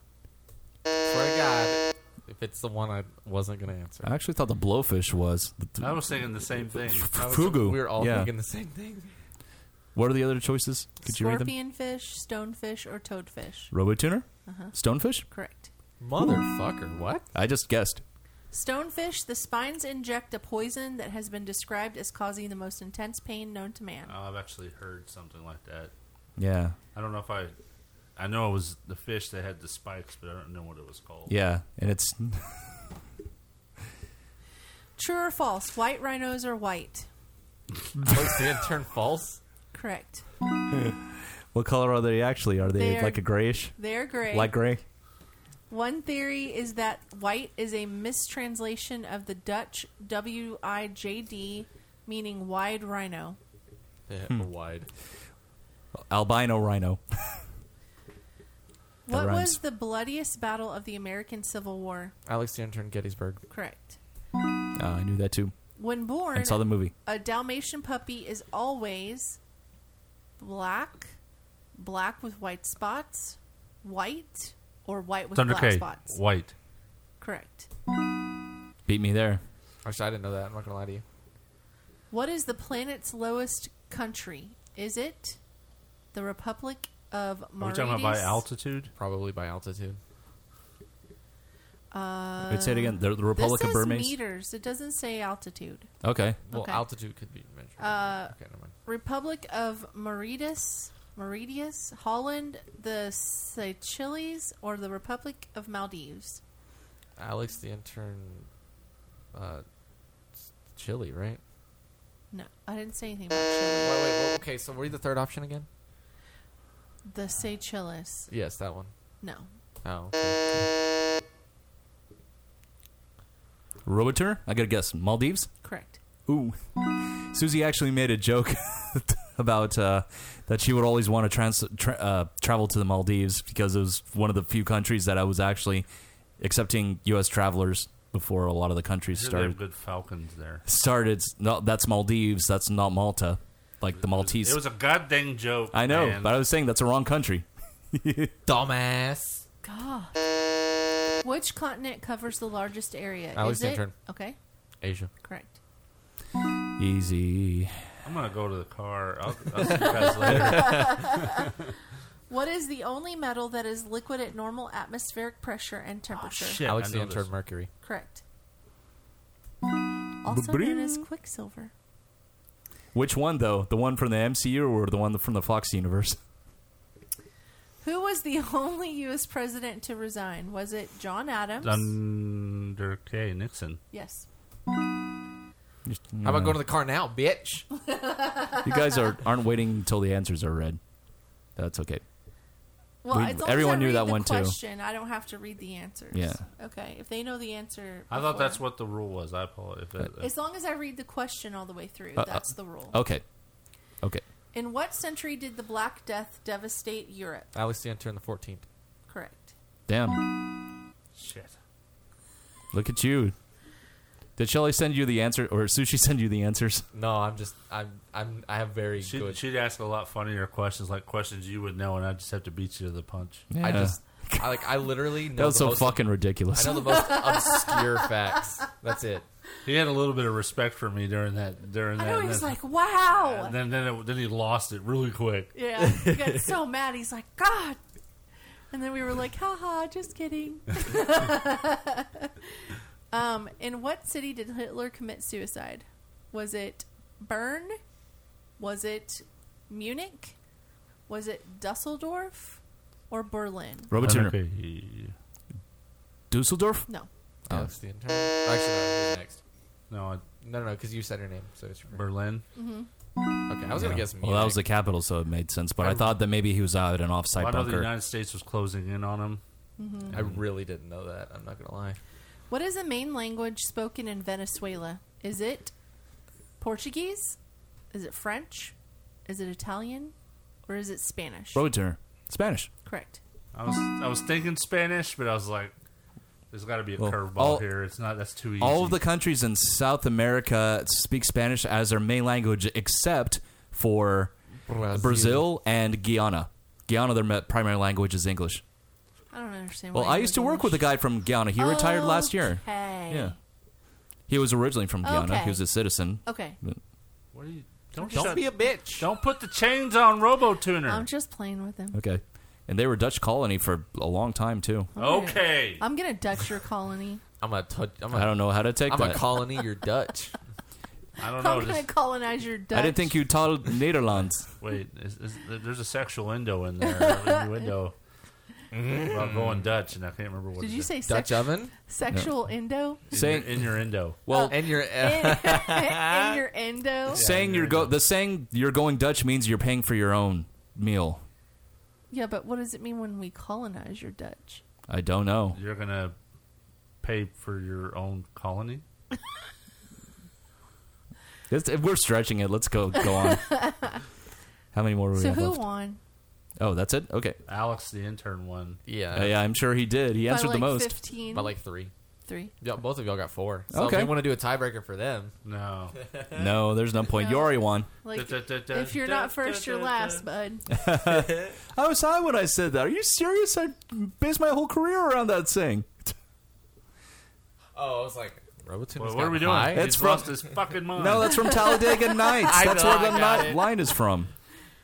J: Swear to God, if it's the one I wasn't gonna answer.
H: I actually thought the blowfish was. The,
I: I was thinking the same thing. Oh,
J: I was-
H: Fugu.
J: We were all
H: Yeah.
J: thinking the same thing.
H: what are the other choices? Could you read them?
G: Scorpion fish, stonefish, or toadfish?
H: Robotuner?
G: Uh-huh.
H: Stonefish?
G: Correct.
J: Motherfucker, what?
H: I just guessed.
G: Stonefish, the spines inject a poison that has been described as causing the most intense pain known to man.
I: Oh, I've actually heard something like that.
H: Yeah.
I: I don't know if I. I know it was the fish that had the spikes, but I don't know what it was called.
H: Yeah. And it's.
G: True or false? White rhinos are white.
J: Alex Santern, false.
G: Correct.
H: what color are they actually? Are they
G: They're-
H: like a grayish?
G: they're gray.
H: Light gray?
G: One theory is that white is a mistranslation of the Dutch W I J D, meaning wide rhino.
J: Yeah,
H: Hmm.
J: wide.
H: Albino rhino.
J: That
G: What
J: rhymes.
G: was the bloodiest battle of the American Civil War?
J: Alex Santern, Gettysburg.
G: Correct.
H: Uh, I knew that too.
G: When born,
H: I saw the movie.
G: a Dalmatian puppy is always black, black with white spots, white, or white with
I: Thunder
G: black
I: K.
G: spots.
I: White.
G: Correct.
H: Beat me there.
J: Actually, I didn't know that. I'm not gonna lie to you.
G: What is the planet's lowest country? Is it the Republic of
I: Are we
G: Mauritius?
I: talking about by altitude?
J: Probably by altitude.
G: Uh,
H: Wait, say it again. The- the Republic
G: this
H: of
G: says
H: Burmese?
G: meters. It doesn't say altitude.
H: Okay.
J: Well,
G: Okay.
J: altitude could be measured.
G: Uh,
J: okay, never mind.
G: Republic of Mauritius, Mauritius, Holland, the Seychelles, or the Republic of Maldives.
J: Alex the intern, uh, s- Chile, right?
G: No, I didn't say anything about Chile.
J: Wait, wait, wait, okay. So, were you the third option again?
G: The Seychelles.
J: Yes, that one.
G: No.
J: Oh, okay.
H: Robotuner? I gotta guess. Maldives?
G: Correct.
H: Ooh. Susie actually made a joke about uh, that she would always want to trans- tra- uh, travel to the Maldives because it was one of the few countries that I was actually accepting U.S. travelers before a lot of the countries
I: Sure they have
H: started.
I: good falcons there.
H: Started. No, that's Maldives. That's not Malta. Like the Maltese.
I: It was a goddamn joke.
H: I know,
I: man.
H: but I was saying that's the wrong country.
J: Dumbass.
G: God. Which continent covers the largest area?
J: Alex,
G: Is
J: your
G: it-
J: turn.
G: Okay,
J: Asia.
G: correct.
H: Easy.
I: I'm gonna go to the car. I'll, I'll see you guys later.
G: What is the only metal that is liquid at normal atmospheric pressure and
I: Ah,
G: temperature?
J: shit, I Alex know the this. intern, mercury.
G: Correct. Also known as quicksilver.
H: Which one though? The one from the MCU or the one from the Fox universe?
G: Who was the only U.S. president to resign? Was it John Adams?
I: Under K. Nixon.
G: yes.
J: How about going to the car now, bitch?
H: You guys are aren't waiting until the answers are read. That's okay.
G: Well,
H: We-
G: as long
H: everyone
G: as I
H: knew
G: read
H: that
G: the
H: one
G: question, I don't have to read the answers.
H: Yeah.
G: Okay. If they know the answer,
I: I thought
G: before-
I: that's what the rule was. I apologize. If it-
G: As long as I read the question all the way through,
H: too. Uh,
G: that's
H: uh,
G: the rule.
H: Okay. Okay.
G: In what century did the Black Death devastate Europe?
J: Alex the intern, the 14th.
G: Correct.
H: Damn.
I: uh, Shit.
H: Look at you. Did Shelly send you the answer or Sushi send you the answers?
J: No, I'm just I'm I'm I have very
I: she'd,
J: good.
I: she'd ask a lot funnier questions, like questions you would know, and I'd just have to beat you to the punch.
H: Yeah.
J: I just I like I literally know
H: That was
J: the
H: so
J: most-
H: fucking ridiculous.
J: I know the most obscure facts. That's it.
I: He had a little bit of respect for me during that. During
G: I
I: that,
G: know
I: and
G: he was
I: then-
G: like, "Wow."
I: And then then, it, then he lost it really quick.
G: Yeah, he got so mad. He's like, God. And then we were like, haha, just kidding. um, in what city did Hitler commit suicide? Was it Bern? Was it Munich? Was it Dusseldorf? Or Berlin?
H: Robert Turner. Dusseldorf?
G: No.
H: Oh.
J: Alex the intern. Actually, no, who's next?
I: No, I,
J: no, no, because you said her name, so it's
I: Berlin.
G: Mhm.
J: Okay, I was gonna
H: Yeah.
J: guess.
H: Well, that was the capital, so it made sense. But I,
I: I-
H: thought that maybe he was out at an
I: Well,
H: offsite
I: I know the
H: bunker.
I: United States was closing in on him.
G: Mhm.
J: I really didn't know that. I'm not gonna lie.
G: What is the main language spoken in Venezuela? Is it Portuguese? Is it French? Is it Italian? Or is it Spanish?
H: Robert Turner. Spanish.
G: Correct.
I: I was I was thinking Spanish, but I was like, there's got to be a
H: Well,
I: curveball
H: all-
I: here. It's not. That's too easy.
H: All of the countries in South America speak Spanish as their main language, except for
J: Brazil,
H: and Guyana. Guyana, their ma- primary language is English.
G: I don't understand.
H: Well,
G: why
H: I
G: you
H: used to work with a guy from Guyana. He retired last year.
G: Oh, Okay.
H: Yeah, he was originally from Guyana.
G: Okay.
H: He was a citizen.
G: Okay.
H: But-
I: What are you? Don't,
J: Don't
I: shut-
J: be a bitch.
I: Don't put the chains on RoboTuner.
G: I'm just playing with him.
H: Okay, and they were Dutch colony for a long time too.
G: I'm gonna- I'm gonna Dutch your colony.
J: I'm a touch. I'm a,
H: I don't know how to take
J: I'm
H: that.
J: a colony. You're Dutch.
I: I don't
G: I'm
I: know.
G: gonna
I: Just,
G: colonize your Dutch.
H: I didn't think you taught Netherlands.
I: wait, is, is, there's a sexual innuendo in there. innuendo about going Dutch, and I can't remember what.
G: Did
I: it
G: you
I: is.
G: say sex- Sexual endo.
I: In
H: Saying-
I: your, in your endo.
H: Well,
J: and your uh,
G: in your endo.
H: saying you're go the saying you're going Dutch means you're paying for your own meal.
G: Yeah, but what does it mean when we colonize your Dutch?
H: I don't know.
I: You're gonna pay for your own colony.
H: That's, if we're stretching it. Let's go go on. how many more? do we
G: So
H: have
G: who
H: left?
G: won?
H: Oh, that's it. Okay.
I: Alex, the intern, won.
J: Yeah.
H: Uh, yeah, I'm sure he did. He
G: By
H: answered
G: like
H: the most.
G: 15?
J: By like three.
G: Three.
J: Yeah, both of y'all got four. So
H: Okay.
J: if we want to do a tiebreaker for them.
I: No.
H: No, there's no point. You already won.
G: Like,
I: Da, da, da, da,
G: if you're
I: da,
G: not first,
I: da,
G: you're
I: da,
G: last, bud.
H: I was high when I said that. Are you serious? I based my whole career around that saying.
J: Oh, I was like, Robotuner's
I: Well, what
J: gotten
I: are we doing?
J: high?
I: He's
H: It's from-
I: lost his fucking mind.
H: No, that's from Talladega Nights.
I: I
H: that's
I: know,
H: where
I: I
H: the
I: got
H: night
I: it.
H: line is from.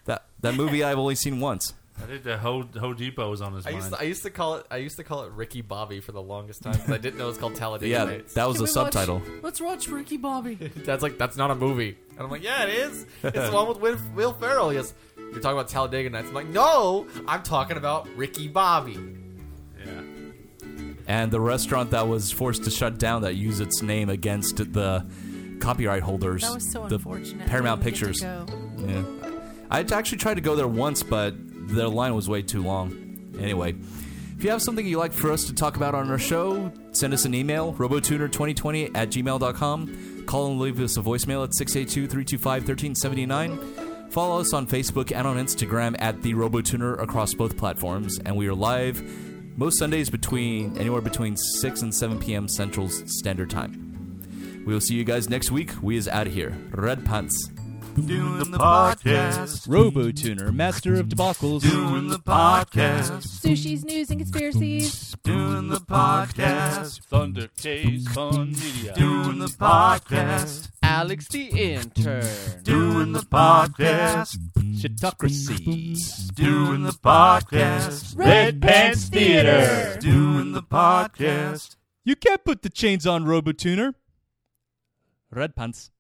H: That that movie I've only seen once.
I: I think the Ho, Ho Depot was on his
J: I
I: mind.
J: used, to, I used to call it I used to call it Ricky Bobby for the longest time because I didn't know it was called Talladega
H: Yeah,
J: Nights.
H: that was
G: Can
H: the
G: we
H: subtitle.
G: Watch, let's watch Ricky Bobby.
J: That's like that's not a movie, and I'm like, yeah, it is. It's the one with Will, Will Ferrell. He goes, you're talking about Talladega Nights. I'm like, no, I'm talking about Ricky Bobby.
I: Yeah.
H: And the restaurant that was forced to shut down that used its name against the copyright holders.
G: That was so
H: the
G: unfortunate.
H: Paramount
G: I didn't get
H: Pictures.
G: to
H: Yeah. I actually tried to go there once, but their line was way too long. Anyway, if you have something you'd like for us to talk about on our show, send us an email, robotuner2020 at gmail.com. Call and leave us a voicemail at 682 325 1379. Follow us on Facebook and on Instagram at The Robotuner across both platforms. And we are live most Sundays between anywhere between 6 and 7 p.m. Central Standard Time. We will see you guys next week. We is out of here. Red Pants.
A: Doing the podcast.
E: RoboTuner, master of debacles. Doing the podcast.
A: Sushi's news and conspiracies. Doing the podcast.
M: Thunder K's Fun Media.
A: Doing the podcast.
N: Alex the intern.
A: Doing the podcast.
N: Shitocracy.
A: Doing the podcast. Red Pants Theater.
N: Doing the
A: podcast.
H: You can't put the chains on, Robotuner. Red pants.